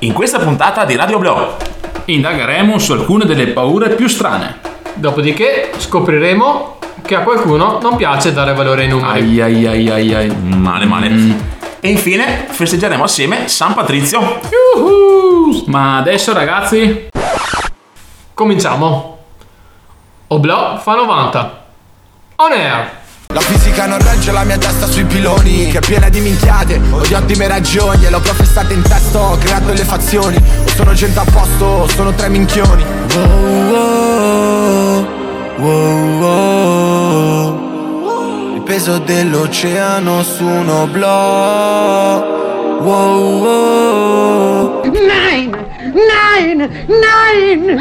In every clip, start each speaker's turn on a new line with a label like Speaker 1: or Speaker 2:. Speaker 1: In questa puntata di Radio Blog
Speaker 2: Indagheremo su alcune delle paure più strane.
Speaker 3: Dopodiché scopriremo che a qualcuno non piace dare valore ai numeri.
Speaker 2: Ai ai ai ai ai.
Speaker 1: Male male
Speaker 2: Mm.
Speaker 1: E infine festeggeremo assieme San Patrizio
Speaker 2: Yuhu! Ma adesso ragazzi
Speaker 3: Cominciamo. Oblò fa 90. On air.
Speaker 4: La fisica non regge la mia testa sui piloni Che è piena di minchiate, odiantime ragioni E l'ho professata in testo, ho creato le fazioni O sono gente a posto, o sono tre minchioni Wow, wow, wow, wow. Il peso dell'oceano su uno blog Wow, wow
Speaker 5: Nein! Nein! Nein!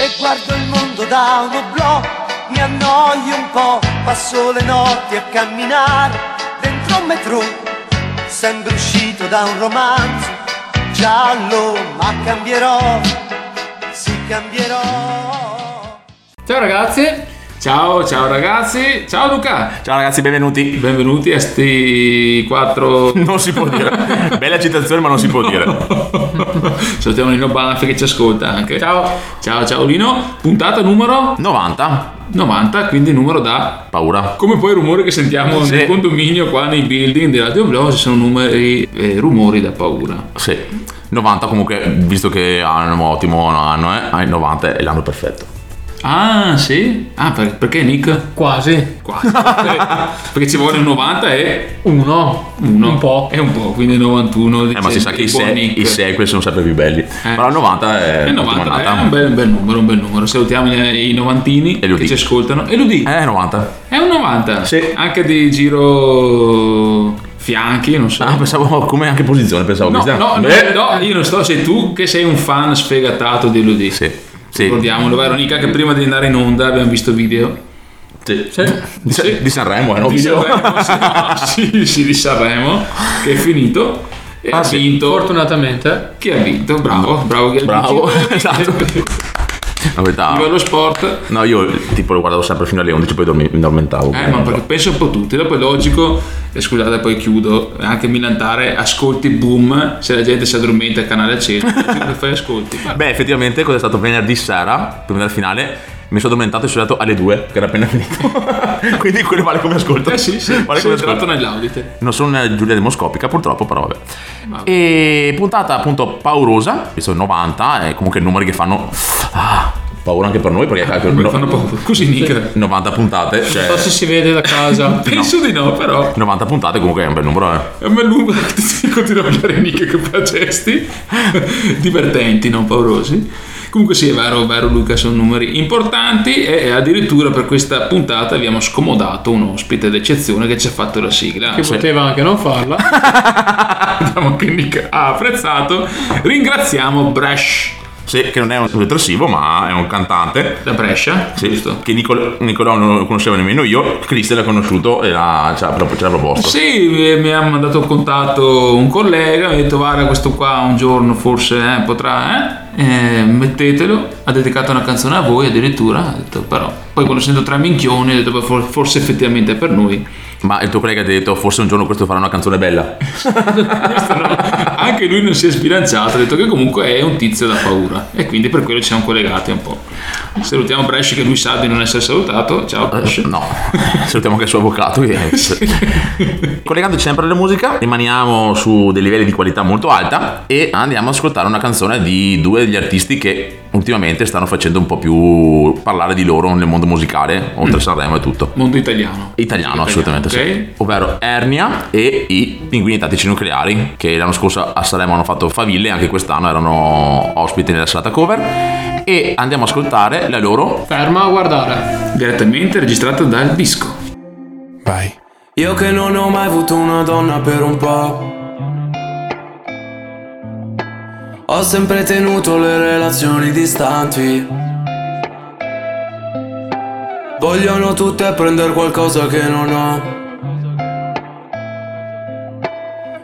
Speaker 6: e guardo il mondo da uno blò, mi annoio un po', passo le notti a camminare dentro un metro, sembra uscito da un romanzo giallo, ma cambierò, sì cambierò.
Speaker 2: Ciao ragazzi Ciao ciao ragazzi Ciao Luca
Speaker 1: Ciao ragazzi benvenuti
Speaker 2: Benvenuti a sti quattro
Speaker 1: Non si può dire Bella citazione ma non si può dire
Speaker 2: Salutiamo Lino Banfi che ci ascolta anche
Speaker 3: Ciao.
Speaker 2: Ciao ciao Lino Puntata numero
Speaker 1: 90
Speaker 2: 90 Quindi numero da
Speaker 1: Paura
Speaker 2: Come poi i rumori che sentiamo
Speaker 1: Sì.
Speaker 2: nel condominio qua nei building di Radio Blog sono numeri, eh, rumori da paura.
Speaker 1: Sì 90 comunque visto che ha un ottimo anno eh, ah, il 90 è l'anno perfetto
Speaker 2: Ah, sì? Ah, per- perché Nick?
Speaker 3: Quasi.
Speaker 2: Quasi. Eh, perché ci vuole un 90 e
Speaker 3: Uno.
Speaker 2: uno.
Speaker 3: Un po'.
Speaker 2: È un po', quindi 91.
Speaker 1: Eh ma si sa che i, se- i
Speaker 2: Nick.
Speaker 1: sequel sono sempre più belli Però il 90 è
Speaker 2: Eh, 90,
Speaker 1: un'ottima
Speaker 2: eh, un,
Speaker 1: annata.
Speaker 2: bel, un bel numero, un bel numero. Salutiamo i i novantini
Speaker 1: Elodie.
Speaker 2: che ci ascoltano. E Ludì,
Speaker 1: Eh 90
Speaker 2: è un 90.
Speaker 1: Sì.
Speaker 2: Anche di giro fianchi, non so.
Speaker 1: Ah pensavo come anche posizione pensavo Eh,
Speaker 2: No,
Speaker 1: questa.
Speaker 2: no, no,
Speaker 1: Beh.
Speaker 2: no, io non sto, sei tu che sei un fan sfegatato di Elodie.
Speaker 1: Sì Sì,
Speaker 2: Ricordiamolo, vero Nica, che prima di andare in onda abbiamo visto video.
Speaker 1: sì. Di, San- di Sanremo eh, no?
Speaker 2: Di Sanremo, sì, no, sì, sì, di Sanremo, che è finito. E ha vinto.
Speaker 3: Fortunatamente.
Speaker 2: Chi ha vinto? Bravo, bravo chi ha
Speaker 1: Bravo,
Speaker 2: vinto.
Speaker 1: esatto. La verità.
Speaker 2: Viva lo sport.
Speaker 1: No, io tipo lo guardavo sempre fino alle 11, poi dormi- mi addormentavo.
Speaker 2: Eh, ma perché penso un po' tutti, dopo è logico, e scusate poi chiudo, anche Milantare, ascolti boom, se la gente si addormenta il canale acceso, lo fai ascolti. Ma-
Speaker 1: Beh, effettivamente, cosa è stato venerdì sera, prima della finale, mi sono addormentato e sono andato alle 2, che era appena finito. Quindi quello vale come ascolto.
Speaker 2: Eh sì, sì,
Speaker 1: vale
Speaker 2: sono
Speaker 1: come
Speaker 2: entrato
Speaker 1: ascolto.
Speaker 2: nell'audite.
Speaker 1: Non sono una Giulia demoscopica, purtroppo, però vabbè. E puntata appunto paurosa, visto il 90, e comunque numeri che fanno. Ah, paura anche per noi, perché cacchio, no-
Speaker 2: Eh, Fanno paura. Così Nick.
Speaker 1: 90 puntate, cioè.
Speaker 2: Eh.
Speaker 3: Non so se si vede da casa.
Speaker 2: Penso di no, però.
Speaker 1: 90 puntate comunque è un bel numero,
Speaker 2: È
Speaker 1: eh.
Speaker 2: un bel numero, ti continuo a parlare Nick che facesti. Divertenti, non paurosi. Comunque sì, è vero, è vero Luca, sono numeri importanti e e addirittura per questa puntata abbiamo scomodato un ospite d'eccezione che ci ha fatto la sigla.
Speaker 3: Che poteva anche non farla.
Speaker 2: Diciamo che Nick ha apprezzato. Ringraziamo Bresh
Speaker 1: Sì, che non è un depressivo, ma è un cantante.
Speaker 2: da Brescia,
Speaker 1: Sì,
Speaker 2: giusto?
Speaker 1: Che Nicol- Nicolò non lo conosceva nemmeno io, Chris l'ha conosciuto e l'ha, ci, ha, pro- ci ha proposto.
Speaker 2: Sì, mi mi ha mandato un contatto un collega, mi ha detto guarda questo qua un giorno forse eh, potrà, eh, eh, mettetelo, ha dedicato una canzone a voi addirittura, ha detto, però poi quando sento tre minchioni ho detto "Beh, for- forse effettivamente è per noi.
Speaker 1: Ma il tuo collega ti ha detto forse un giorno questo farà una canzone bella.
Speaker 2: Questo no. Anche lui non si è sbilanciato, ha detto che comunque è un tizio da paura e quindi per quello ci siamo collegati un po'. Salutiamo Brescia che lui sa di non essere salutato, ciao Brescia.
Speaker 1: Eh, No, salutiamo anche il suo avvocato. che- Collegandoci sempre alla musica, rimaniamo su dei livelli di qualità molto alta e andiamo ad ascoltare una canzone di due degli artisti che ultimamente stanno facendo un po' più parlare di loro nel mondo musicale, oltre a Sanremo e tutto.
Speaker 2: Mondo italiano.
Speaker 1: Italiano, assolutamente
Speaker 2: ok?
Speaker 1: sì. Ovvero Ernia e i pinguini tattici nucleari, che l'anno scorso a Sanremo hanno fatto faville, anche quest'anno erano ospiti nella serata cover. E andiamo ad ascoltare la loro.
Speaker 3: Ferma a guardare.
Speaker 2: Direttamente registrato dal disco.
Speaker 4: Vai
Speaker 7: Io che non ho mai avuto una donna per un po'. Ho sempre tenuto le relazioni distanti. Vogliono tutte prendere qualcosa che non ho.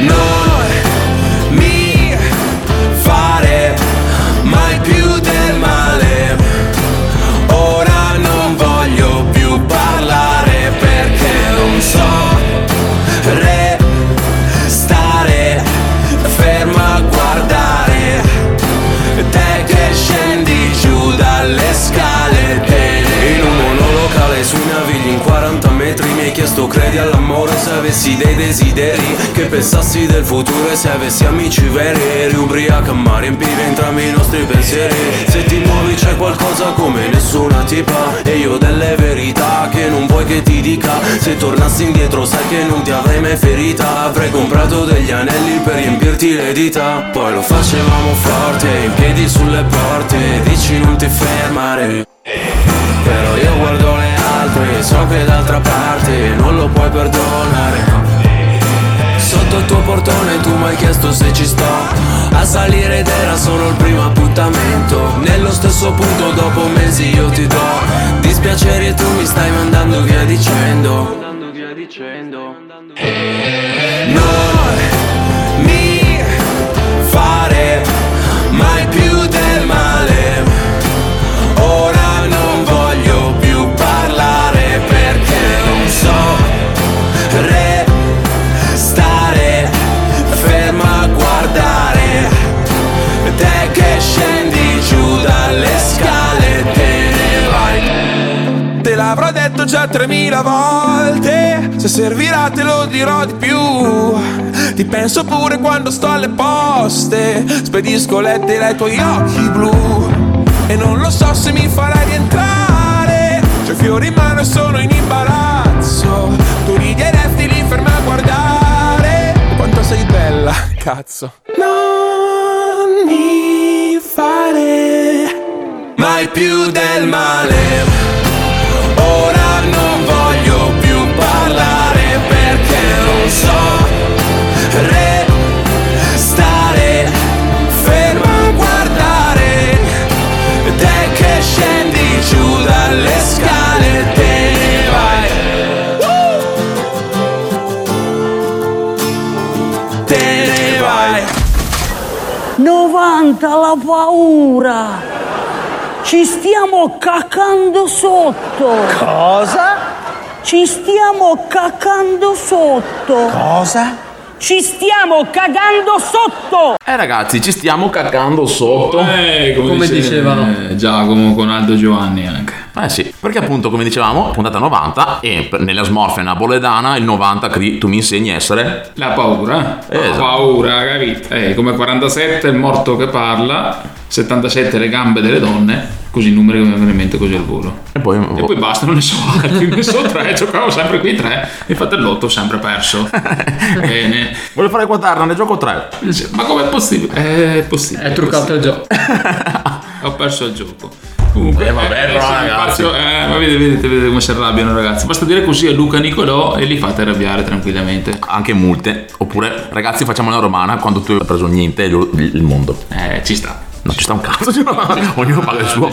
Speaker 7: Non mi fare mai più del male. Ora non voglio più parlare perché non so restare ferma a guardare te che scendi giù dalle scale. e In un monolocale sui navigli in 40 metri mi hai chiesto credi all'amore se avessi dei desideri Che pensassi del futuro e se avessi amici veri Eri ubriaca ma riempivi entrambi i nostri pensieri Se ti muovi c'è qualcosa come nessuna tipa E io delle verità che non vuoi che ti dica Se tornassi indietro sai che non ti avrei mai ferita Avrei comprato degli anelli per riempirti le dita Poi lo facevamo forte, in piedi sulle porte Dici non ti fermare però io guardo le altre, so che d'altra parte non lo puoi perdonare. Sotto il tuo portone tu mi hai chiesto se ci sto A salire ed era solo il primo appuntamento Nello stesso punto dopo mesi io ti do Dispiaceri e tu mi stai mandando via dicendo Non mi fare mai più del male Ora non voglio più parlare perché non so restare ferma a guardare te che scendi giù dalle scale te ne vai.
Speaker 4: Te l'avrò detto già 3000 volte Se servirà te lo dirò di più Ti penso pure quando sto alle poste Spedisco lettere ai tuoi occhi blu E non lo so se mi farai rientrare C'ho i fiori in mano e sono in imbarazzo Tu ridi e resti lì ferma a guardare Quanto sei bella, cazzo
Speaker 7: Non mi fare mai più del male. Ora non voglio più parlare perché non so restare ferma a guardare te che scendi giù dalle scale e te ne vai. Te ne vai.
Speaker 8: 90 la paura! Ci stiamo caccando sotto! Cosa? Ci stiamo caccando sotto! Cosa? Ci stiamo cagando sotto!
Speaker 1: Eh ragazzi, ci stiamo cagando sotto.
Speaker 2: Eh, come Come dice- dicevano.
Speaker 1: eh, Giacomo con Aldo Giovanni anche. Eh sì, perché appunto come dicevamo, puntata 90 e per- nella smorfena napoletana il 90 cri- tu mi insegni a essere...
Speaker 2: La paura.
Speaker 1: Eh,
Speaker 2: La
Speaker 1: esatto.
Speaker 2: paura, capito? Eh, come 47 il morto che parla, 77 le gambe delle donne, così i numeri che mi vengono in mente così al volo.
Speaker 1: E poi...
Speaker 2: E poi basta, non ne so altri, ne so tre, giocavo sempre qui tre, infatti il lotto ho sempre perso. Bene.
Speaker 1: Volevo fare quaterna, ne gioco tre.
Speaker 2: Ma com'è possibile? Eh, È possibile. È
Speaker 3: truccato
Speaker 2: il gioco. ho perso il gioco.
Speaker 1: Comunque, Eh, vabbè, però
Speaker 2: sì,
Speaker 1: ragazzi...
Speaker 2: faccio- eh, ma vedete, vedete, vedete come si arrabbiano ragazzi. Basta dire così a Luca Nicolò e li fate arrabbiare tranquillamente.
Speaker 1: Anche multe. Oppure, ragazzi, facciamo la romana quando tu hai preso niente il, il mondo.
Speaker 2: Eh, ci sta.
Speaker 1: No, ci sta un cazzo. cioè, Ognuno paga il suo.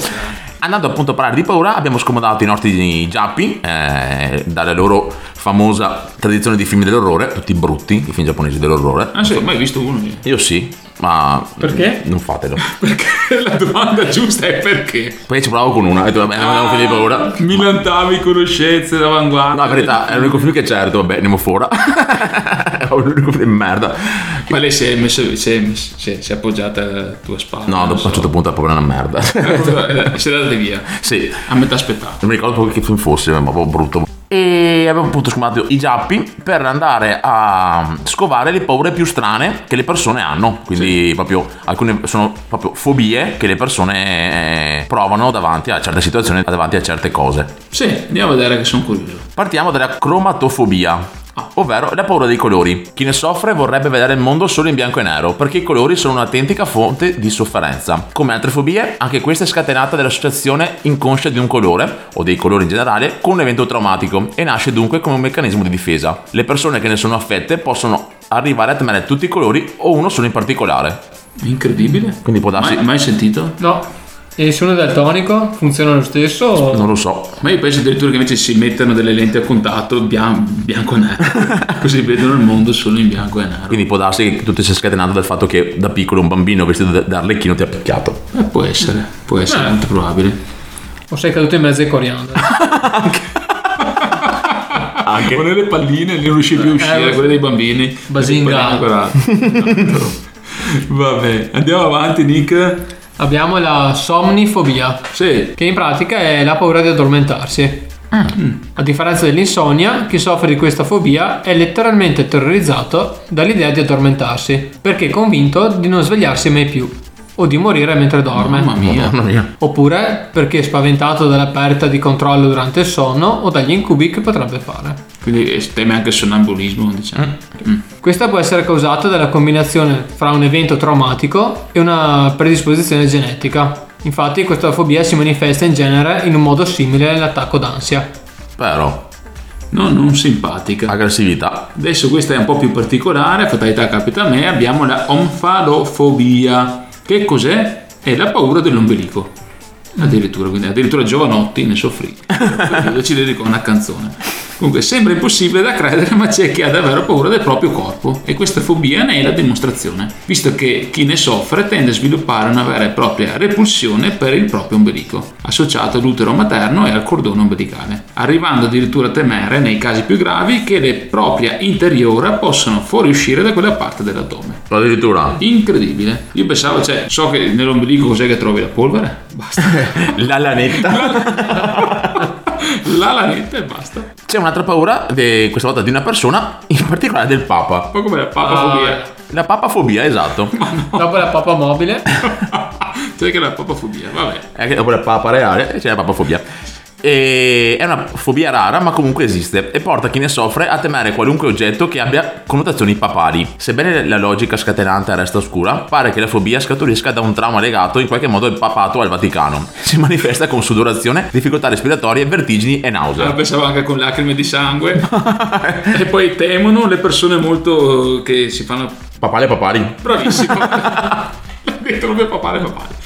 Speaker 1: Andando appunto a parlare di paura, abbiamo scomodato i nostri giappi eh, dalla loro famosa tradizione di film dell'orrore, tutti brutti, i film giapponesi dell'orrore.
Speaker 2: Ah sì, ho mai visto uno. io.
Speaker 1: Io sì, ma...
Speaker 2: Perché?
Speaker 1: Non fatelo.
Speaker 2: La domanda giusta è perché?
Speaker 1: Poi ci provavo con una, ho detto vabbè, non abbiamo finito di paura.
Speaker 2: Mi lantavi conoscenze d'avanguardia.
Speaker 1: certo, No, la verità, è l'unico film che c'è, ho detto vabbè, andiamo fuori. ho l'unico di merda.
Speaker 2: Ma lei si è, messo- si è- si è- si è appoggiata alla tua spalla.
Speaker 1: No, dopo a un certo punto è proprio una merda.
Speaker 2: Se l'andate via.
Speaker 1: Sì.
Speaker 2: A metà spettacolo.
Speaker 1: Non mi ricordo proprio che film fosse, ma proprio brutto. E avevo appunto scumato i giappi per andare a scovare le paure più strane che le persone hanno. Quindi, proprio alcune sono proprio fobie che le persone eh, provano davanti a certe situazioni, davanti a certe cose.
Speaker 2: Sì, andiamo a vedere che sono curioso.
Speaker 1: Partiamo dalla cromatofobia. Ovvero la paura dei colori. Chi ne soffre vorrebbe vedere il mondo solo in bianco e nero, perché i colori sono un'autentica fonte di sofferenza. Come altre fobie, anche questa è scatenata dall'associazione inconscia di un colore, o dei colori in generale, con un evento traumatico e nasce dunque come un meccanismo di difesa. Le persone che ne sono affette possono arrivare a temere tutti i colori o uno solo in particolare.
Speaker 2: Incredibile.
Speaker 1: Quindi può darsi.
Speaker 2: Mai, mai sentito?
Speaker 3: No. E sono del tonico? Funziona lo stesso? o-
Speaker 1: Non lo so.
Speaker 2: Ma io penso addirittura che invece si mettano delle lenti a contatto bian- bianco e nero. Così vedono il mondo solo in bianco e nero.
Speaker 1: Quindi può darsi che tutto sia scatenato dal fatto che da piccolo un bambino vestito da da arlecchino ti ha picchiato.
Speaker 2: Eh, può essere, può essere
Speaker 3: Beh.
Speaker 2: molto probabile.
Speaker 3: O sei caduto in mezzo ai coriandoli?
Speaker 1: Anche.
Speaker 2: O nelle palline non riuscivi più a uscire,
Speaker 3: Eh,
Speaker 2: quelle dei bambini.
Speaker 3: Basinga.
Speaker 2: Le palline ancora- Vabbè, andiamo avanti, Nick.
Speaker 3: Abbiamo la somnifobia.
Speaker 2: Sì.
Speaker 3: Che in pratica è la paura di addormentarsi.
Speaker 2: Mm.
Speaker 3: A differenza dell'insonnia, chi soffre di questa fobia è letteralmente terrorizzato dall'idea di addormentarsi, perché è convinto di non svegliarsi mai più o di morire mentre dorme.
Speaker 2: Mamma mia.
Speaker 1: Mamma mia.
Speaker 3: Oppure perché è spaventato dalla perdita di controllo durante il sonno o dagli incubi che potrebbe fare.
Speaker 2: Quindi eh, teme anche il sonnambulismo, diciamo.
Speaker 3: Questa può essere causata dalla combinazione fra un evento traumatico e una predisposizione genetica. Infatti questa fobia si manifesta in genere in un modo simile all'attacco d'ansia.
Speaker 1: Però,
Speaker 2: No, non
Speaker 1: Ah,
Speaker 2: simpatica.
Speaker 1: aggressività.
Speaker 2: Adesso questa è un po' più particolare, fatalità capita a me, abbiamo la omfalofobia. Che cos'è? È la paura dell'ombelico. Addirittura, quindi, addirittura Giovanotti ne soffrì. Quindi Lo ci dedico una canzone. Comunque sembra impossibile da credere, ma c'è chi ha davvero paura del proprio corpo e questa fobia ne è la dimostrazione, visto che chi ne soffre tende a sviluppare una vera e propria repulsione per il proprio ombelico, associato all'utero materno e al cordone ombelicale, arrivando addirittura a temere, nei casi più gravi, che le propria interiora possano fuoriuscire da quella parte dell'addome.
Speaker 1: Addirittura.
Speaker 2: Incredibile. Io pensavo, cioè, so che nell'ombelico cos'è che trovi la polvere?
Speaker 1: La lanetta.
Speaker 2: La lanetta e basta.
Speaker 1: C'è un'altra paura, de- questa volta di una persona, in particolare del Papa.
Speaker 2: Ma come la papafobia?
Speaker 1: La papafobia, esatto.
Speaker 3: Dopo la pappa mobile,
Speaker 2: Cioè che la papafobia, vabbè.
Speaker 1: Eh, Dopo la papa reale eh, c'è la papafobia. E è una fobia rara, ma comunque esiste e porta chi ne soffre a temere qualunque oggetto che abbia connotazioni papali. Sebbene la logica scatenante resta oscura, pare che la fobia scaturisca da un trauma legato in qualche modo al papato o al Vaticano. Si manifesta con sudorazione, difficoltà respiratorie, vertigini e
Speaker 2: Ah,
Speaker 1: nausea.
Speaker 2: pensavo anche con lacrime di sangue. e poi temono le persone molto che si fanno
Speaker 1: Papali e papali.
Speaker 2: bravissimo. L'ha detto proprio papale papale.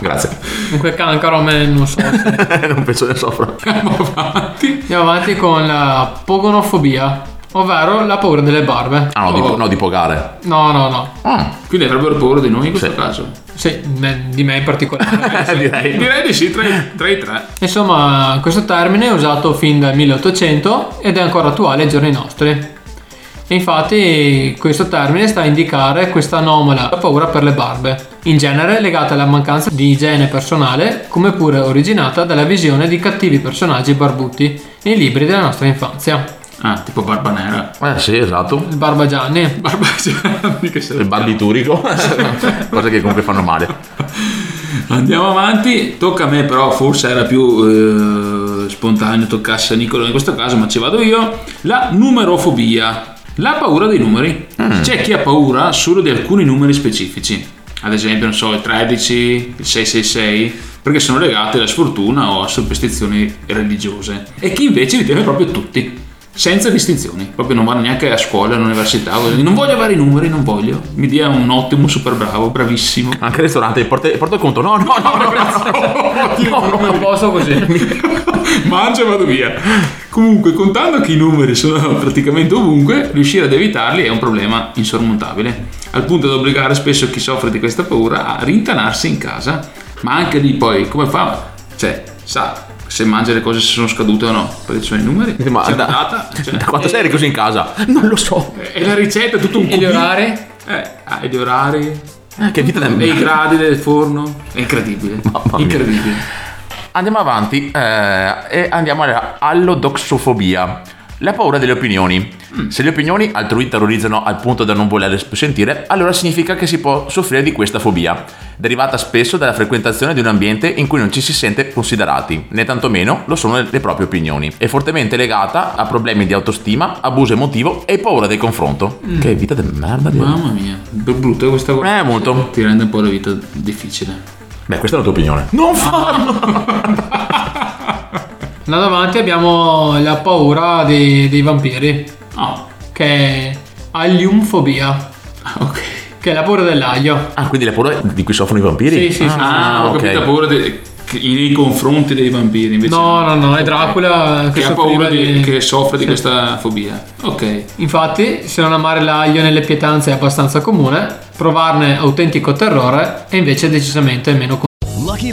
Speaker 1: Grazie.
Speaker 3: comunque cancro a me non so. se-
Speaker 1: non penso ne soffra.
Speaker 3: Andiamo avanti con la pogonofobia, ovvero la paura delle barbe.
Speaker 1: Ah no, di,
Speaker 2: Oh.
Speaker 1: no, di pogare.
Speaker 3: No, no, no.
Speaker 1: Ah,
Speaker 2: Quindi avrebbero paura di noi in questo
Speaker 1: Sì.
Speaker 2: caso.
Speaker 3: Sì, me- di me in particolare.
Speaker 1: eh, direi.
Speaker 2: Direi di sì, tra i, tra i tre.
Speaker 3: Insomma, questo termine è usato fin dal 1800 ed è ancora attuale ai giorni nostri. E infatti questo termine sta a indicare questa anomala paura per le barbe, in genere legata alla mancanza di igiene personale, come pure originata dalla visione di cattivi personaggi barbuti nei libri della nostra infanzia.
Speaker 2: Ah, tipo barba nera.
Speaker 1: Eh sì, esatto.
Speaker 3: Il Barbagianni.
Speaker 2: Barba che se
Speaker 1: Il barbiturico. Cose che comunque fanno male.
Speaker 2: Esatto. Andiamo avanti, tocca a me però, forse era più eh, spontaneo toccasse a Nicola in questo caso, ma ci vado io. La numerofobia, la paura dei numeri. C'è chi ha paura solo di alcuni numeri specifici, ad esempio, non so, il 13, il 666, perché sono legati alla sfortuna o a superstizioni religiose. E chi invece li teme proprio tutti. Senza distinzioni, proprio non vanno neanche a scuola, all'università, vogliono- non voglio avere i numeri, non voglio. Mi dia un ottimo, super bravo, bravissimo.
Speaker 1: Anche al ristorante, porta, porta il conto. No, no, no, no, no, no, no.
Speaker 3: Non posso così.
Speaker 2: Mangio e vado via. Comunque, contando che i numeri sono praticamente ovunque, riuscire ad evitarli è un problema insormontabile, al punto da obbligare spesso chi soffre di questa paura a rintanarsi in casa. Ma anche lì poi, come fa? Cioè, sa, se mangia le cose se sono scadute o no, perché ci sono i numeri.
Speaker 1: Ma
Speaker 2: c'è
Speaker 1: da-
Speaker 2: la data. Cioè,
Speaker 1: Da quanto sei recluso in casa? Non lo so.
Speaker 2: E la ricetta è tutto un
Speaker 3: E gli
Speaker 2: cubino.
Speaker 3: orari?
Speaker 2: Eh, ah, e gli orari.
Speaker 1: Eh, Che vita da
Speaker 2: E i gradi del forno. È incredibile.
Speaker 1: mia.
Speaker 2: incredibile.
Speaker 1: Andiamo avanti eh, e andiamo alla allodoxofobia. La paura delle opinioni. Se le opinioni altrui terrorizzano al punto da non volerle sp- sentire, allora significa che si può soffrire di questa fobia, derivata spesso dalla frequentazione di un ambiente in cui non ci si sente considerati, né tantomeno lo sono le, le proprie opinioni. È fortemente legata a problemi di autostima, abuso emotivo e paura del confronto. Che vita di merda. Dio.
Speaker 2: Mamma mia, br- brutta questa cosa.
Speaker 1: Eh, molto.
Speaker 2: Ti rende un po' la vita difficile.
Speaker 1: Beh, questa è la tua opinione.
Speaker 2: Non farlo!
Speaker 3: Andando avanti abbiamo la paura dei, dei vampiri,
Speaker 2: No.
Speaker 3: che è alliumfobia, che è la paura dell'aglio.
Speaker 1: Ah, quindi la paura di cui soffrono i vampiri?
Speaker 3: Sì, sì, sì,
Speaker 1: Ah,
Speaker 2: Ah, ho
Speaker 1: ok.
Speaker 2: capito la paura de- che- nei confronti dei vampiri invece.
Speaker 3: No, no, no, è Dracula che,
Speaker 2: Che ha
Speaker 3: soffriva
Speaker 2: paura di-
Speaker 3: di-
Speaker 2: che soffre di
Speaker 3: Sì.
Speaker 2: questa fobia. Ok.
Speaker 3: Infatti, se non amare l'aglio nelle pietanze è abbastanza comune, provarne autentico terrore è invece decisamente meno comune.
Speaker 9: Lucky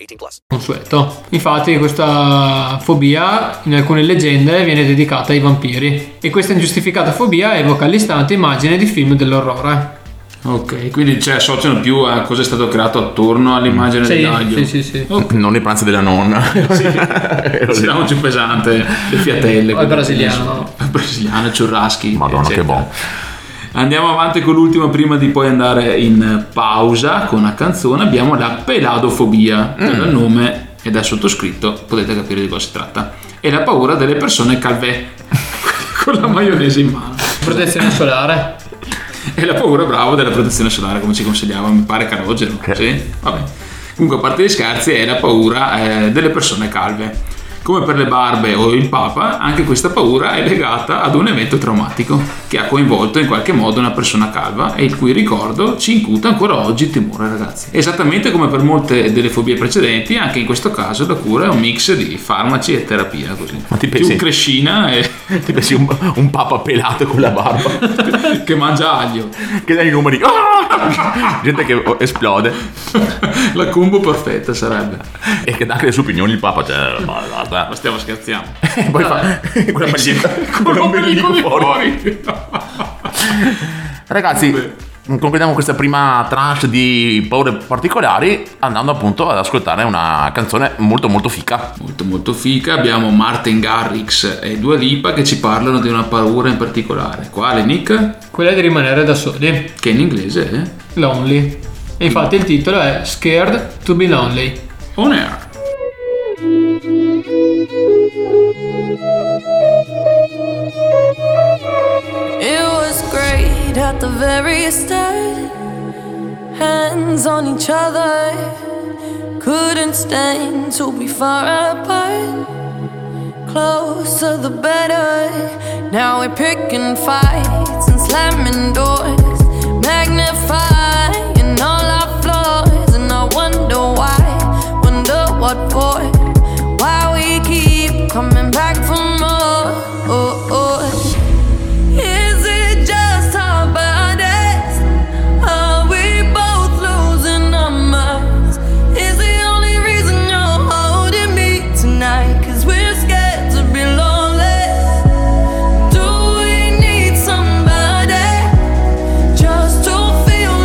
Speaker 10: 18 plus.
Speaker 3: Consueto. Infatti, questa fobia in alcune leggende viene dedicata ai vampiri. E questa ingiustificata fobia evoca all'istante immagine di film dell'orrore.
Speaker 2: Ok, quindi cioè, associano più a cosa è stato creato attorno all'immagine
Speaker 3: Sì,
Speaker 2: dell'aglio.
Speaker 3: sì, sì, Oh, sì.
Speaker 1: Non le pranze della nonna.
Speaker 2: Siamo giù pesante, le fiatelle.
Speaker 3: Al brasiliano.
Speaker 2: Al brasiliano, churraschi.
Speaker 1: Madonna, che buono.
Speaker 2: Andiamo avanti con l'ultima prima di poi andare in pausa con una canzone. Abbiamo la peladofobia,
Speaker 3: Mm.
Speaker 2: che dal nome e dal sottoscritto potete capire di cosa si tratta. E la paura delle persone calve con la maionese in mano.
Speaker 3: Protezione solare.
Speaker 2: E la paura, bravo, della protezione solare, come ci consigliava, mi pare Calogero. Sì? Vabbè. Comunque, a parte gli scherzi, è la paura eh, delle persone calve. Come per le barbe o il papa, anche questa paura è legata ad un evento traumatico che ha coinvolto in qualche modo una persona calva e il cui ricordo ci incuta ancora oggi timore, ragazzi. Esattamente come per molte delle fobie precedenti, anche in questo caso la cura è un mix di farmaci e terapia, così. Ma ti
Speaker 1: pensi-
Speaker 2: Più crescina e...
Speaker 1: Ti pensi un, un papa pelato con la barba
Speaker 2: che mangia aglio,
Speaker 1: che dà i numeri, Ah! gente che esplode.
Speaker 2: La combo perfetta sarebbe.
Speaker 1: E che dà anche le sue opinioni il papa. Cioè, ma, basta.
Speaker 2: Ma stiamo scherzando.
Speaker 1: E poi fa quella maglietta con l'ombelico fuori. Ragazzi, concludiamo questa prima tranche di paure particolari andando appunto ad ascoltare una canzone molto molto fica.
Speaker 2: Molto molto fica, abbiamo Martin Garrix e Dua Lipa che ci parlano di una paura in particolare. Quale Nick?
Speaker 3: Quella di rimanere da soli.
Speaker 2: Che in inglese è
Speaker 3: Lonely. E infatti il titolo è Scared to be Lonely.
Speaker 2: On air.
Speaker 11: It was great at the very start. Hands on each other. Couldn't stand to be far apart. Closer the better. Now we're picking fights and slamming doors. Magnifying all our flaws. And I wonder why. Wonder what for. Why we keep coming back for more. Oh, oh. Is it just our bodies? Are we both losing our minds? Is the only reason you're holding me tonight? Cause we're scared to be lonely. Do we need somebody just to feel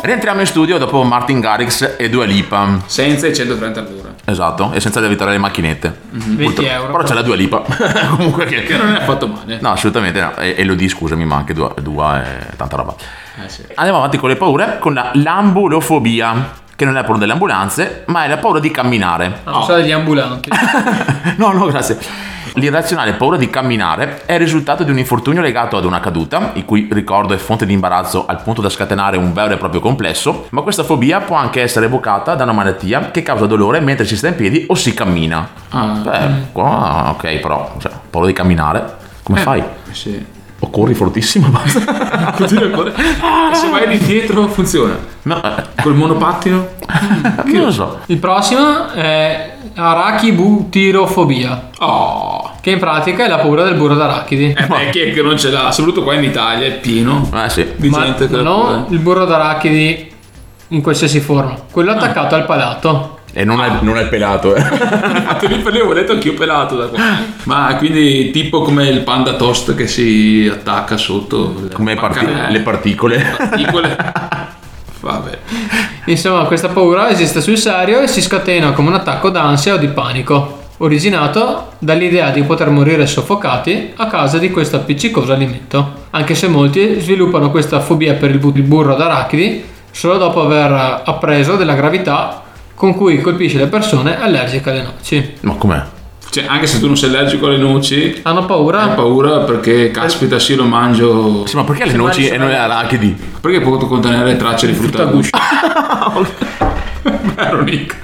Speaker 1: Rientriamo in studio dopo Martin Garrix e Dua Lipa.
Speaker 2: Senza i 130 all'ora.
Speaker 1: Esatto, e senza evitare le macchinette.
Speaker 2: 20 Mhm. euro.
Speaker 1: Però c'è la Dua Lipa. Comunque che...
Speaker 2: non è affatto male.
Speaker 1: No, assolutamente no. E, e lo di, scusami, ma anche Dua, Dua è tanta roba.
Speaker 2: Eh sì.
Speaker 1: Andiamo avanti con le paure, con la lambulofobia. Che non è la paura delle ambulanze, ma è la paura di camminare.
Speaker 3: Ah, sono degli ambulanti.
Speaker 1: No, no, grazie. L'irrazionale paura di camminare è il risultato di un infortunio legato ad una caduta, il cui ricordo è fonte di imbarazzo al punto da scatenare un vero e proprio complesso, ma questa fobia può anche essere evocata da una malattia che causa dolore mentre si sta in piedi o si cammina.
Speaker 2: Ah.
Speaker 1: Beh, qua ok, però, cioè, paura di camminare, come
Speaker 2: Eh,
Speaker 1: fai?
Speaker 2: Sì.
Speaker 1: O corri fortissimo, basta.
Speaker 2: Continua a correre. E Se vai di dietro funziona.
Speaker 1: No. eh,
Speaker 2: Col monopattino?
Speaker 1: non lo so.
Speaker 3: Il prossimo è arachibutirofobia.
Speaker 2: Oh.
Speaker 3: Che in pratica è la paura del burro d'arachidi.
Speaker 2: Eh beh, chi è che non ce l'ha? Soprattutto qua in Italia è pieno
Speaker 1: eh, sì.
Speaker 2: di
Speaker 3: Ma
Speaker 2: gente che la eh.
Speaker 3: non
Speaker 2: prova.
Speaker 3: il burro d'arachidi in qualsiasi forma,
Speaker 2: Ah.
Speaker 3: quello attaccato al palato.
Speaker 1: E non è, non è pelato, eh.
Speaker 2: Infatti lì per lì avevo detto anch'io pelato da qua. Ma quindi tipo come il panda toast che si attacca sotto.
Speaker 1: Come parti-
Speaker 2: eh.
Speaker 1: le particole.
Speaker 2: Particole. Vabbè.
Speaker 3: Insomma, questa paura esiste sul serio e si scatena come un attacco d'ansia o di panico, originato dall'idea di poter morire soffocati a causa di questo appiccicoso alimento. Anche se molti sviluppano questa fobia per il bu- il burro d'arachidi solo dopo aver appreso della gravità con cui colpisce le persone allergiche alle noci.
Speaker 1: Ma com'è?
Speaker 2: Cioè, anche se tu non sei allergico alle noci,
Speaker 3: hanno paura.
Speaker 2: Hanno paura perché, caspita, sì, lo mangio. Sì,
Speaker 1: ma perché alle noci e non alle arachidi?
Speaker 2: Perché può contenere tracce di frutta guscia. Ero Nick.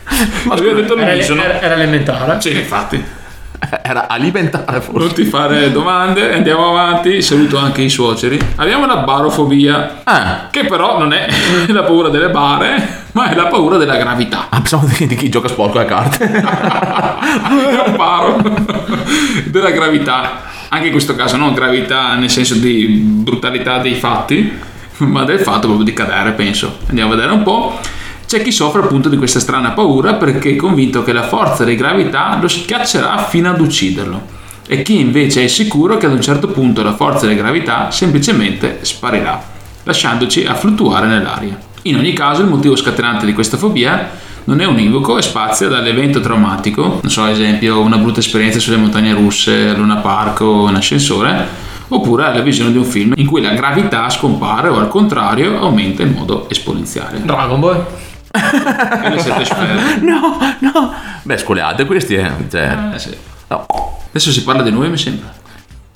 Speaker 2: Ma scusa, detto non
Speaker 3: era-
Speaker 2: mi sono-
Speaker 3: era- era elementare.
Speaker 2: Sì, infatti.
Speaker 1: Era alimentare forse.
Speaker 2: Non ti fare domande, andiamo avanti. Saluto anche i suoceri. Abbiamo la barofobia,
Speaker 1: Ah,
Speaker 2: che però non è la paura delle bare, ma è la paura della gravità.
Speaker 1: Ah, pensavo di, di chi gioca sporco a carte.
Speaker 2: è un paro della gravità. Anche in questo caso, non gravità nel senso di brutalità dei fatti, ma del fatto proprio di cadere, penso. Andiamo a vedere un po'. C'è chi soffre appunto di questa strana paura perché è convinto che la forza di gravità lo schiaccerà fino ad ucciderlo. E chi invece è sicuro che ad un certo punto la forza di gravità semplicemente sparirà, lasciandoci a fluttuare nell'aria. In ogni caso, il motivo scatenante di questa fobia non è univoco e spazia dall'evento traumatico, non so, ad esempio una brutta esperienza sulle montagne russe, al Luna Park o in ascensore, oppure alla visione di un film in cui la gravità scompare o al contrario aumenta in modo esponenziale.
Speaker 3: Dragon Ball.
Speaker 1: no, no. Beh, scoleate questi, eh. Cioè, no.
Speaker 2: Adesso si parla di noi, mi sembra.